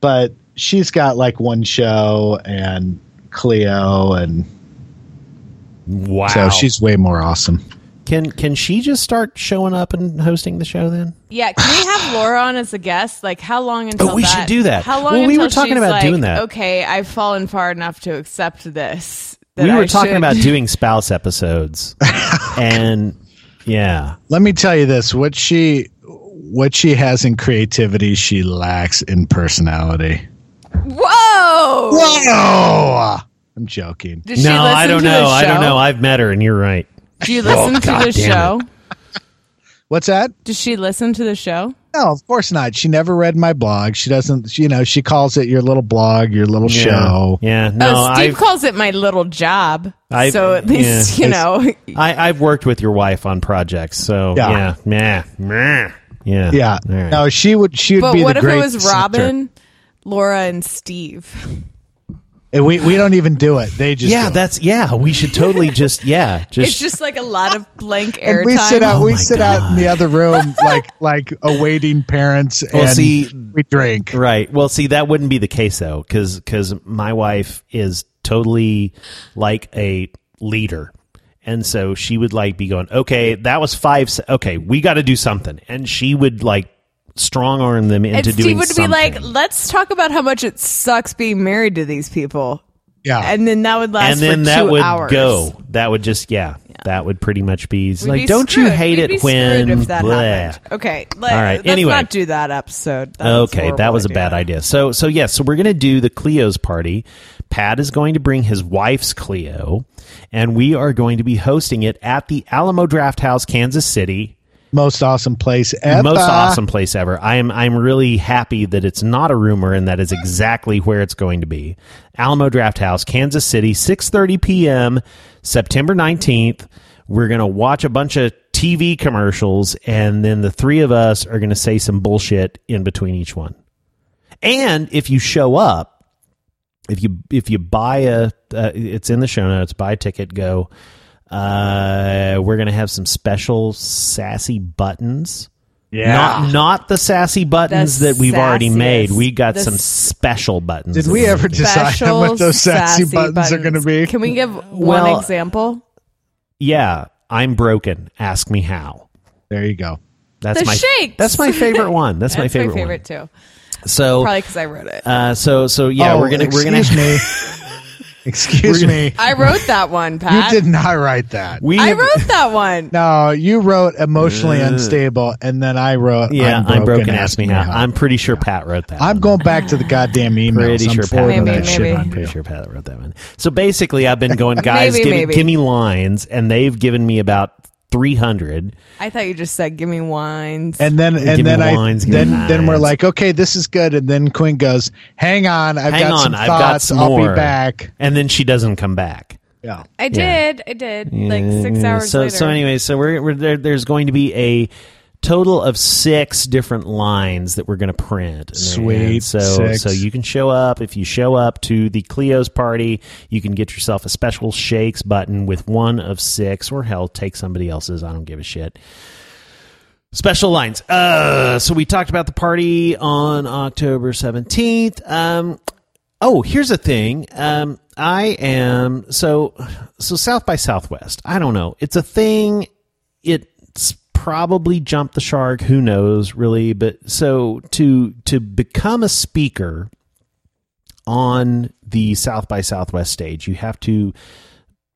Speaker 4: but she's got like one show and Clio, and
Speaker 1: Wow.
Speaker 4: so she's way more awesome.
Speaker 1: can can she just start showing up and hosting the show then?
Speaker 5: Yeah, can we have Laura on as a guest? Like, how long until?
Speaker 1: we should do that.
Speaker 5: How long?
Speaker 1: Well, we
Speaker 5: until
Speaker 1: were talking
Speaker 5: she's
Speaker 1: about
Speaker 5: like,
Speaker 1: doing that.
Speaker 5: Okay, I've fallen far enough to accept this. that
Speaker 1: we were
Speaker 5: I
Speaker 1: talking
Speaker 5: should-
Speaker 1: about doing spouse episodes, and yeah,
Speaker 4: Let me tell you this: what she what she has in creativity, she lacks in personality.
Speaker 5: Whoa!
Speaker 4: Whoa! I'm joking.
Speaker 5: Does she
Speaker 1: no,
Speaker 5: listen
Speaker 1: I don't
Speaker 5: to the
Speaker 1: know. I don't
Speaker 5: show?
Speaker 1: know. I've met her, and you're right.
Speaker 5: Do you listen
Speaker 1: Oh,
Speaker 5: to
Speaker 1: God
Speaker 5: the
Speaker 1: damn
Speaker 5: show?
Speaker 4: What's that?
Speaker 5: Does she listen to the show?
Speaker 4: No, of course not. She never read my blog. She doesn't. She, you know, she calls it your little blog, your little
Speaker 1: Yeah.
Speaker 4: show.
Speaker 1: Yeah, no,
Speaker 5: oh, Steve
Speaker 1: I've,
Speaker 5: calls it my little job.
Speaker 1: I've-
Speaker 5: so at least
Speaker 1: yeah,
Speaker 5: you
Speaker 1: it's-
Speaker 5: know.
Speaker 1: I, I've worked with your wife on projects, so yeah,
Speaker 4: Yeah.
Speaker 1: yeah, meh, yeah,
Speaker 4: Yeah.
Speaker 1: All right.
Speaker 4: No, she would. She would
Speaker 5: But
Speaker 4: be the
Speaker 5: what if it
Speaker 4: great
Speaker 5: was
Speaker 4: sister.
Speaker 5: Robin, Laura, and Steve?
Speaker 4: And we we don't even do it. They just
Speaker 1: yeah,
Speaker 4: do it.
Speaker 1: that's yeah. We should totally just yeah, just,
Speaker 5: It's just like a lot of blank
Speaker 4: And we sit
Speaker 5: airtime.
Speaker 4: out.
Speaker 1: Oh
Speaker 4: we
Speaker 1: my
Speaker 4: sit out in the other room, like like awaiting parents,
Speaker 1: Well,
Speaker 4: and
Speaker 1: see-
Speaker 4: we drink.
Speaker 1: right. Well, see, that wouldn't be the case though, because my wife is totally like a leader. And so she would like be going, okay, that was five. se- Okay, we got to do something, and she would like strong arm them into
Speaker 5: And
Speaker 1: doing
Speaker 5: Steve would
Speaker 1: something.
Speaker 5: be like, "Let's talk about how much it sucks being married to these people,"
Speaker 4: Yeah,
Speaker 5: and then that would last
Speaker 1: Ah. and then
Speaker 5: for
Speaker 1: that
Speaker 5: two
Speaker 1: would
Speaker 5: hours.
Speaker 1: go. That would just yeah, That would pretty much be it's
Speaker 5: We'd
Speaker 1: like,
Speaker 5: be
Speaker 1: don't you
Speaker 5: screwed.
Speaker 1: hate
Speaker 5: We'd
Speaker 1: it
Speaker 5: be
Speaker 1: when?
Speaker 5: screwed if that
Speaker 1: bleh."
Speaker 5: happened. Okay, all
Speaker 1: All right,
Speaker 5: right. Let's
Speaker 1: anyway.
Speaker 5: not do that episode. That was
Speaker 1: Okay,
Speaker 5: horrible
Speaker 1: that was a bad idea. So so yes, so we're gonna do the Cleo's party. Pat is going to bring his wife's Cleo, and we are going to be hosting it at the Alamo Draft House, Kansas City.
Speaker 4: most awesome place ever.
Speaker 1: Most awesome place ever. I am I'm really happy that it's not a rumor and that is exactly where it's going to be. Alamo Draft House, Kansas City, 6:30 p.m., September 19th. We're going to watch a bunch of TV commercials and then the three of us are going to say some bullshit in between each one. And if you show up, if you if you buy a uh, it's in the show notes, buy a ticket, go uh, we're gonna have some special sassy buttons.
Speaker 4: Yeah.
Speaker 1: Not, not the sassy buttons
Speaker 5: The
Speaker 1: that we've already made.
Speaker 5: sassiest.
Speaker 1: We got
Speaker 5: The
Speaker 1: some
Speaker 5: s-
Speaker 1: special buttons.
Speaker 4: Did we ever decide on
Speaker 5: Special
Speaker 4: what those sassy, buttons, are going to
Speaker 5: buttons.
Speaker 4: be?
Speaker 5: Can we give
Speaker 1: Well-
Speaker 5: one example?
Speaker 1: Yeah, I'm broken. Ask me how.
Speaker 4: there you go.
Speaker 1: That's
Speaker 5: The
Speaker 1: my
Speaker 5: shakes.
Speaker 1: that's my favorite one. That's, my
Speaker 5: That's
Speaker 1: favorite,
Speaker 5: my favorite too.
Speaker 1: one. So
Speaker 5: Probably because I wrote it.
Speaker 1: uh, so so yeah,
Speaker 4: Oh,
Speaker 1: we're gonna we're gonna
Speaker 4: excuse me. excuse me.
Speaker 5: I wrote that one,
Speaker 4: You
Speaker 5: Pat.
Speaker 4: did not write that.
Speaker 1: we
Speaker 5: I
Speaker 1: have-
Speaker 5: wrote that one.
Speaker 4: No, you wrote emotionally unstable, and then I wrote.
Speaker 1: yeah, I'm broken. ask me how.
Speaker 4: how.
Speaker 1: I'm pretty sure Pat wrote that.
Speaker 4: I'm
Speaker 1: one.
Speaker 4: going back to the goddamn email.
Speaker 1: pretty sure Pat
Speaker 5: Maybe,
Speaker 1: wrote that
Speaker 5: maybe.
Speaker 1: shit. I'm pretty sure Pat wrote that one. So basically, I've been going, guys,
Speaker 5: Maybe,
Speaker 1: give,
Speaker 5: maybe.
Speaker 1: give me lines, and they've given me about 300.
Speaker 5: I thought you just said, "Give me wines."
Speaker 4: And then,
Speaker 1: Give
Speaker 4: and
Speaker 1: me
Speaker 4: then I,
Speaker 1: lines, give me
Speaker 4: then, then we're
Speaker 1: lines.
Speaker 4: like, okay, this is good. And then Quinn goes, "Hang on, I've
Speaker 1: Hang
Speaker 4: got
Speaker 1: on,
Speaker 4: some
Speaker 1: I've got
Speaker 4: thoughts.
Speaker 1: some
Speaker 4: I'll
Speaker 1: more.
Speaker 4: be back."
Speaker 1: And then she doesn't come back.
Speaker 4: Yeah,
Speaker 5: I
Speaker 1: Yeah.
Speaker 5: did. I did. like six
Speaker 1: Yeah,
Speaker 5: hours
Speaker 1: so,
Speaker 5: later.
Speaker 1: So anyway, so we're, we're there, there's going to be a total of six different lines that we're going to print. And-
Speaker 4: Sweet,
Speaker 1: so
Speaker 4: six.
Speaker 1: so you can show up if you show up to the Cleo's party, you can get yourself a special shakes button with one of six, or hell, take somebody else's. I don't give a shit. Special lines. Uh, so we talked about the party on October 17th. Um, oh, here's a thing. Um, I am so so South by Southwest. I don't know. It's a thing. It's probably jumped the shark. Who knows, really? But so to to become a speaker on the South by Southwest stage, you have to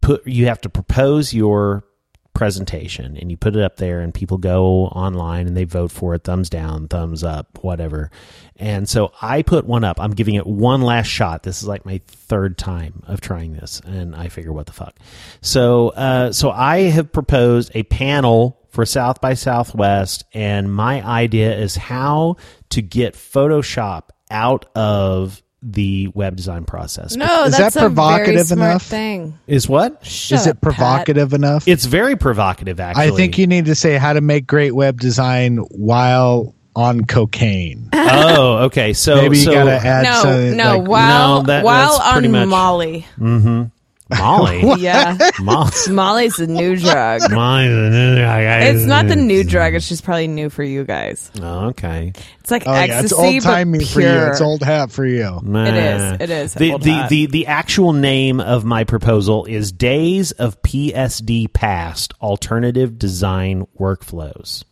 Speaker 1: put you have to propose your presentation and you put it up there and people go online and they vote for it thumbs down thumbs up whatever and so i put one up i'm giving it one last shot this is like my third time of trying this and i figure what the fuck so uh, so i have proposed a panel for south by southwest and my idea is how to get photoshop out of the web design process
Speaker 5: No,
Speaker 4: Is
Speaker 5: that's
Speaker 4: that
Speaker 5: a very
Speaker 4: provocative
Speaker 5: smart
Speaker 4: enough?
Speaker 5: thing.
Speaker 1: is what
Speaker 5: Shut
Speaker 4: Is
Speaker 5: up,
Speaker 4: it
Speaker 5: Pat.
Speaker 4: provocative enough?
Speaker 1: it's very provocative actually
Speaker 4: I think you need to say how to make great web design while on cocaine.
Speaker 1: oh okay so
Speaker 4: Maybe you
Speaker 1: so-
Speaker 4: gotta add
Speaker 5: No,
Speaker 4: something
Speaker 5: no,
Speaker 4: like-
Speaker 5: while
Speaker 1: No, that-
Speaker 5: while
Speaker 1: that's pretty
Speaker 5: on
Speaker 1: much-
Speaker 5: Molly.
Speaker 1: Mm-hmm. Molly.
Speaker 5: Yeah.
Speaker 1: Molly.
Speaker 5: Molly's the new drug. It's
Speaker 1: It's
Speaker 5: not the new drug, it's just probably new for you guys.
Speaker 1: Oh, Okay.
Speaker 5: It's like
Speaker 4: Oh yeah, it's
Speaker 5: ecstasy,
Speaker 4: old timey
Speaker 5: but
Speaker 4: for
Speaker 5: pure.
Speaker 4: you. It's old hat for you.
Speaker 5: is, it is
Speaker 1: The
Speaker 5: old
Speaker 1: the,
Speaker 5: hat.
Speaker 1: the the actual name of my proposal is Days of PSD Past Alternative Design Workflows.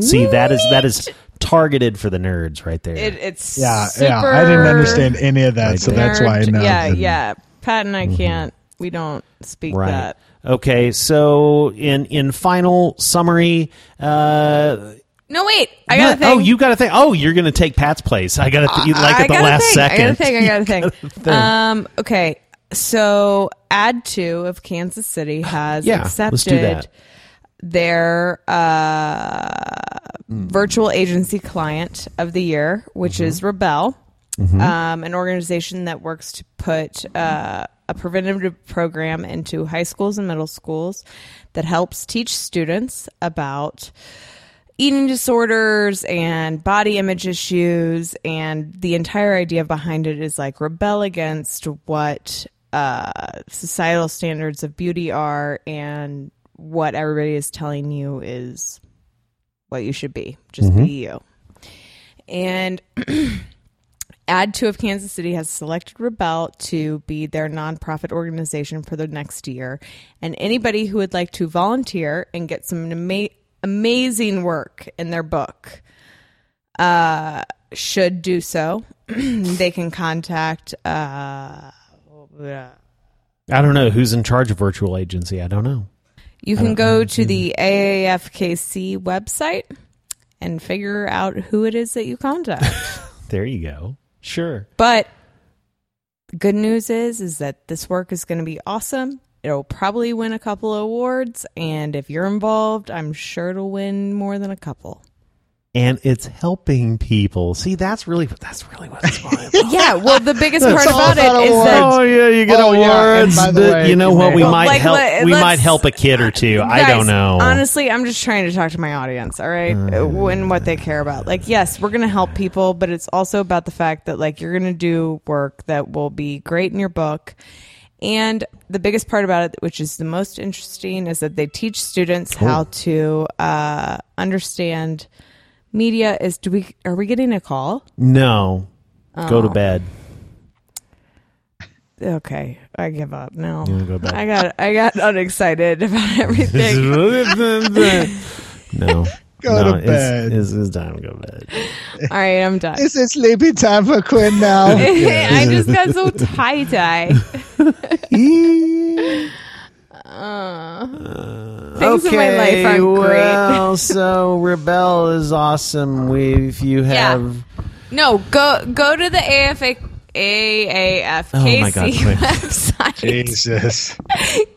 Speaker 1: See, that is that is targeted for the nerds right there.
Speaker 5: It, it's
Speaker 4: Yeah,
Speaker 5: super
Speaker 4: yeah. I didn't understand any of that, so that's why I
Speaker 5: nerd.
Speaker 4: know. Mm-hmm.
Speaker 5: Yeah,
Speaker 4: that-
Speaker 5: yeah. Pat and I can't. We don't speak that.
Speaker 1: Okay, so in in final summary, uh
Speaker 5: No, wait. I got a
Speaker 1: oh,
Speaker 5: thing.
Speaker 1: you got to think. Oh, you're going to take Pat's place. I got to th- like
Speaker 5: I
Speaker 1: at the
Speaker 5: got a
Speaker 1: last
Speaker 5: thing.
Speaker 1: second.
Speaker 5: I got a thing. I got a thing. Um. Okay. So, add two of Kansas City has
Speaker 1: Yeah,
Speaker 5: accepted
Speaker 1: let's do that.
Speaker 5: their uh, virtual agency client of the year, which
Speaker 1: Mm-hmm.
Speaker 5: is Rebel, um, an organization that works to put uh, a preventative program into high schools and middle schools that helps teach students about eating disorders and body image issues and the entire idea behind it is like rebel against what uh, societal standards of beauty are and what everybody is telling you is what you should be just be you and Add two of Kansas City has selected Rebel to be their nonprofit organization for the next year. And anybody who would like to volunteer and get some ama- amazing work in their book uh, should do so. they can contact. Uh,
Speaker 1: I don't know who's in charge of virtual agency. I don't know.
Speaker 5: you can go to the AAFKC website and figure out who it is that you contact.
Speaker 1: There you go. Sure.
Speaker 5: But good news is is that this work is going to be awesome. It'll probably win a couple of awards, and if you're involved, I'm sure it'll win more than a couple.
Speaker 1: And it's helping people. See, that's really that's really what it's all about.
Speaker 5: Yeah, well, the biggest
Speaker 4: That's
Speaker 5: part
Speaker 4: all
Speaker 5: about
Speaker 4: about
Speaker 5: it is that
Speaker 4: awards.
Speaker 1: yeah, you
Speaker 4: Oh, yeah, and by the
Speaker 1: that-
Speaker 4: way,
Speaker 1: you know
Speaker 4: you
Speaker 1: what?
Speaker 4: may-
Speaker 1: We
Speaker 4: Well,
Speaker 1: might
Speaker 5: like,
Speaker 1: help.
Speaker 5: let-
Speaker 1: we
Speaker 5: let's-
Speaker 1: might help a kid or two. I
Speaker 5: Guys,
Speaker 1: don't know.
Speaker 5: Honestly, I'm just trying to talk to my audience, all right? Uh, and what they care about. Like, yes, we're going to help people, but it's also about the fact that, like, you're going to do work that will be great in your book. And the biggest part about it, which is the most interesting, is that they teach students
Speaker 1: Oh.
Speaker 5: how to uh, understand media. Is do we are we getting a call?
Speaker 1: no. Go
Speaker 5: Oh.
Speaker 1: to bed.
Speaker 5: Okay, I give up. No,
Speaker 1: wanna go back?
Speaker 5: I got I got unexcited about everything.
Speaker 1: no.
Speaker 4: Go
Speaker 1: no,
Speaker 4: to
Speaker 1: it's-
Speaker 4: bed.
Speaker 1: It's, it's time to go to bed.
Speaker 5: all right, I'm done.
Speaker 4: Is it sleepy time for Quinn now?
Speaker 5: I just got so tie dye. Things in my life aren't great.
Speaker 1: Uh, well, so Rebel is awesome. We, if you
Speaker 5: Yeah.
Speaker 1: have,
Speaker 5: No, go go to the AFA AAFKC
Speaker 1: Oh my God, Quinn.
Speaker 5: website.
Speaker 4: Jesus.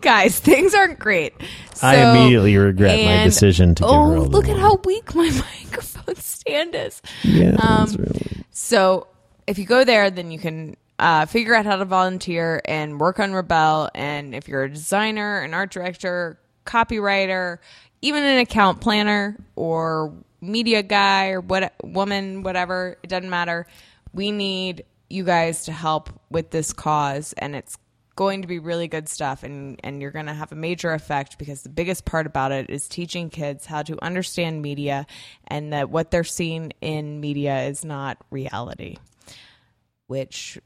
Speaker 5: Guys, things aren't great. So-
Speaker 1: I immediately regret my
Speaker 5: and-
Speaker 1: decision to give
Speaker 5: Oh,
Speaker 1: her a
Speaker 5: look at
Speaker 1: little-
Speaker 5: how weak my microphone stand is.
Speaker 1: Yeah, that's
Speaker 5: Um,
Speaker 1: really-
Speaker 5: So if you go there, then you can uh, figure out how to volunteer and work on Rebel. And if you're a designer, an art director, copywriter, even an account planner or media guy or what woman, whatever, it doesn't matter. We need you guys to help with this cause, and it's going to be really good stuff and and you're going to have a major effect because the biggest part about it is teaching kids how to understand media and that what they're seeing in media is not reality which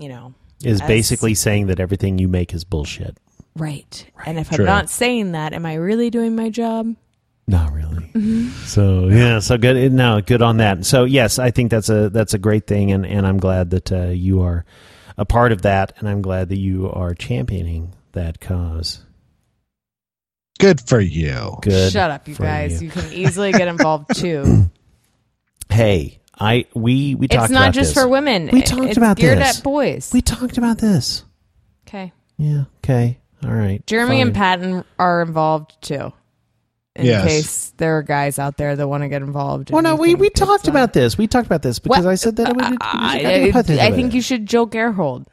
Speaker 5: you know
Speaker 1: Is
Speaker 5: as-
Speaker 1: basically saying that everything you make is bullshit.
Speaker 5: right. and if
Speaker 1: True.
Speaker 5: i'm not saying that am i really doing my job
Speaker 1: Not really.
Speaker 5: Mm-hmm.
Speaker 1: So yeah, so good. No, good on that. So yes, I think that's a that's a great thing, and and I'm glad that uh, you are a part of that, and I'm glad that you are championing that cause.
Speaker 4: Good for you.
Speaker 1: Good.
Speaker 5: shut up you
Speaker 1: for
Speaker 5: guys you. can easily get involved too
Speaker 1: Hey, I we we talked
Speaker 5: it's not
Speaker 1: about
Speaker 5: just
Speaker 1: this.
Speaker 5: for women
Speaker 1: We
Speaker 5: It-
Speaker 1: talked
Speaker 5: it's
Speaker 1: about
Speaker 5: geared
Speaker 1: this.
Speaker 5: at boys
Speaker 1: We talked about this.
Speaker 5: okay
Speaker 1: Yeah. Okay. All right.
Speaker 5: Jeremy and
Speaker 1: Fine.
Speaker 5: Patton are involved too. In
Speaker 4: Yes.
Speaker 5: case there are guys out there that want to get involved.
Speaker 1: Well,
Speaker 5: and
Speaker 1: no,
Speaker 5: you
Speaker 1: we,
Speaker 5: think
Speaker 1: we
Speaker 5: it's
Speaker 1: talked
Speaker 5: not-
Speaker 1: about this. We talked about this because
Speaker 5: Well, uh,
Speaker 1: I said that I would.
Speaker 5: I,
Speaker 1: I,
Speaker 5: I- I think you should Joe Gerhold.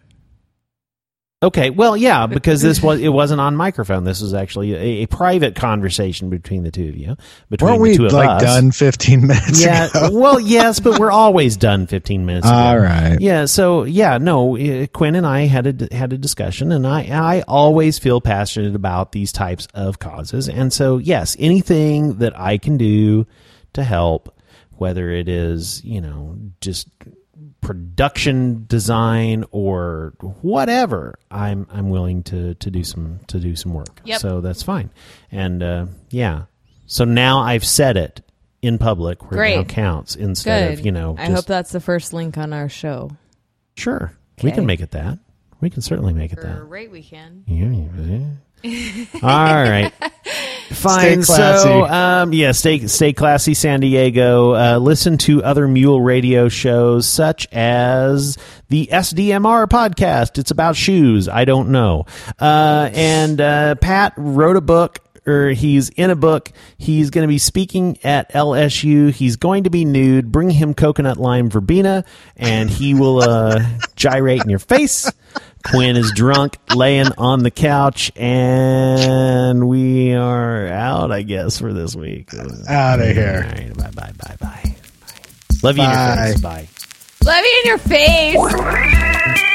Speaker 1: Okay, well, yeah, because this was it wasn't on microphone. This was actually a, a private conversation between the two of you. Between
Speaker 4: Weren't
Speaker 1: the
Speaker 4: we
Speaker 1: two of us.
Speaker 4: like done 15 minutes
Speaker 1: Yeah.
Speaker 4: ago?
Speaker 1: well, yes, but we're always done fifteen minutes. ago.
Speaker 4: All right.
Speaker 1: Yeah. So yeah, no. uh, Quinn and I had a had a discussion, and I I always feel passionate about these types of causes, and so yes, anything that I can do to help, whether it is you know just production design or whatever, I'm I'm willing to to do some to do some work.
Speaker 5: Yep.
Speaker 1: So that's fine, and uh, yeah. So now I've said it in public where it now
Speaker 5: Great.
Speaker 1: counts instead
Speaker 5: Good.
Speaker 1: of you know.
Speaker 5: I
Speaker 1: just-
Speaker 5: hope that's the first link on our show.
Speaker 1: Sure. We can
Speaker 5: Okay.
Speaker 1: make it that. We can certainly make it that.
Speaker 5: Great weekend.
Speaker 1: Yeah, yeah, yeah. All right. Fine.
Speaker 4: classy.
Speaker 1: So, um, yeah, stay, stay classy, San Diego. Uh, listen to other Mule radio shows such as the SDMR podcast. It's about shoes. I don't know. Uh, and uh, Pat wrote a book. Or he's in a book. He's going to be speaking at LSU. He's going to be nude. Bring him coconut lime verbena, and he will uh, gyrate in your face. Quinn is drunk, laying on the couch, and we are out, I guess, for this week. All
Speaker 4: Out of here.
Speaker 1: right, bye, bye, bye, bye. Love you. in your
Speaker 4: Bye.
Speaker 1: face. Bye.
Speaker 5: Love you in your face.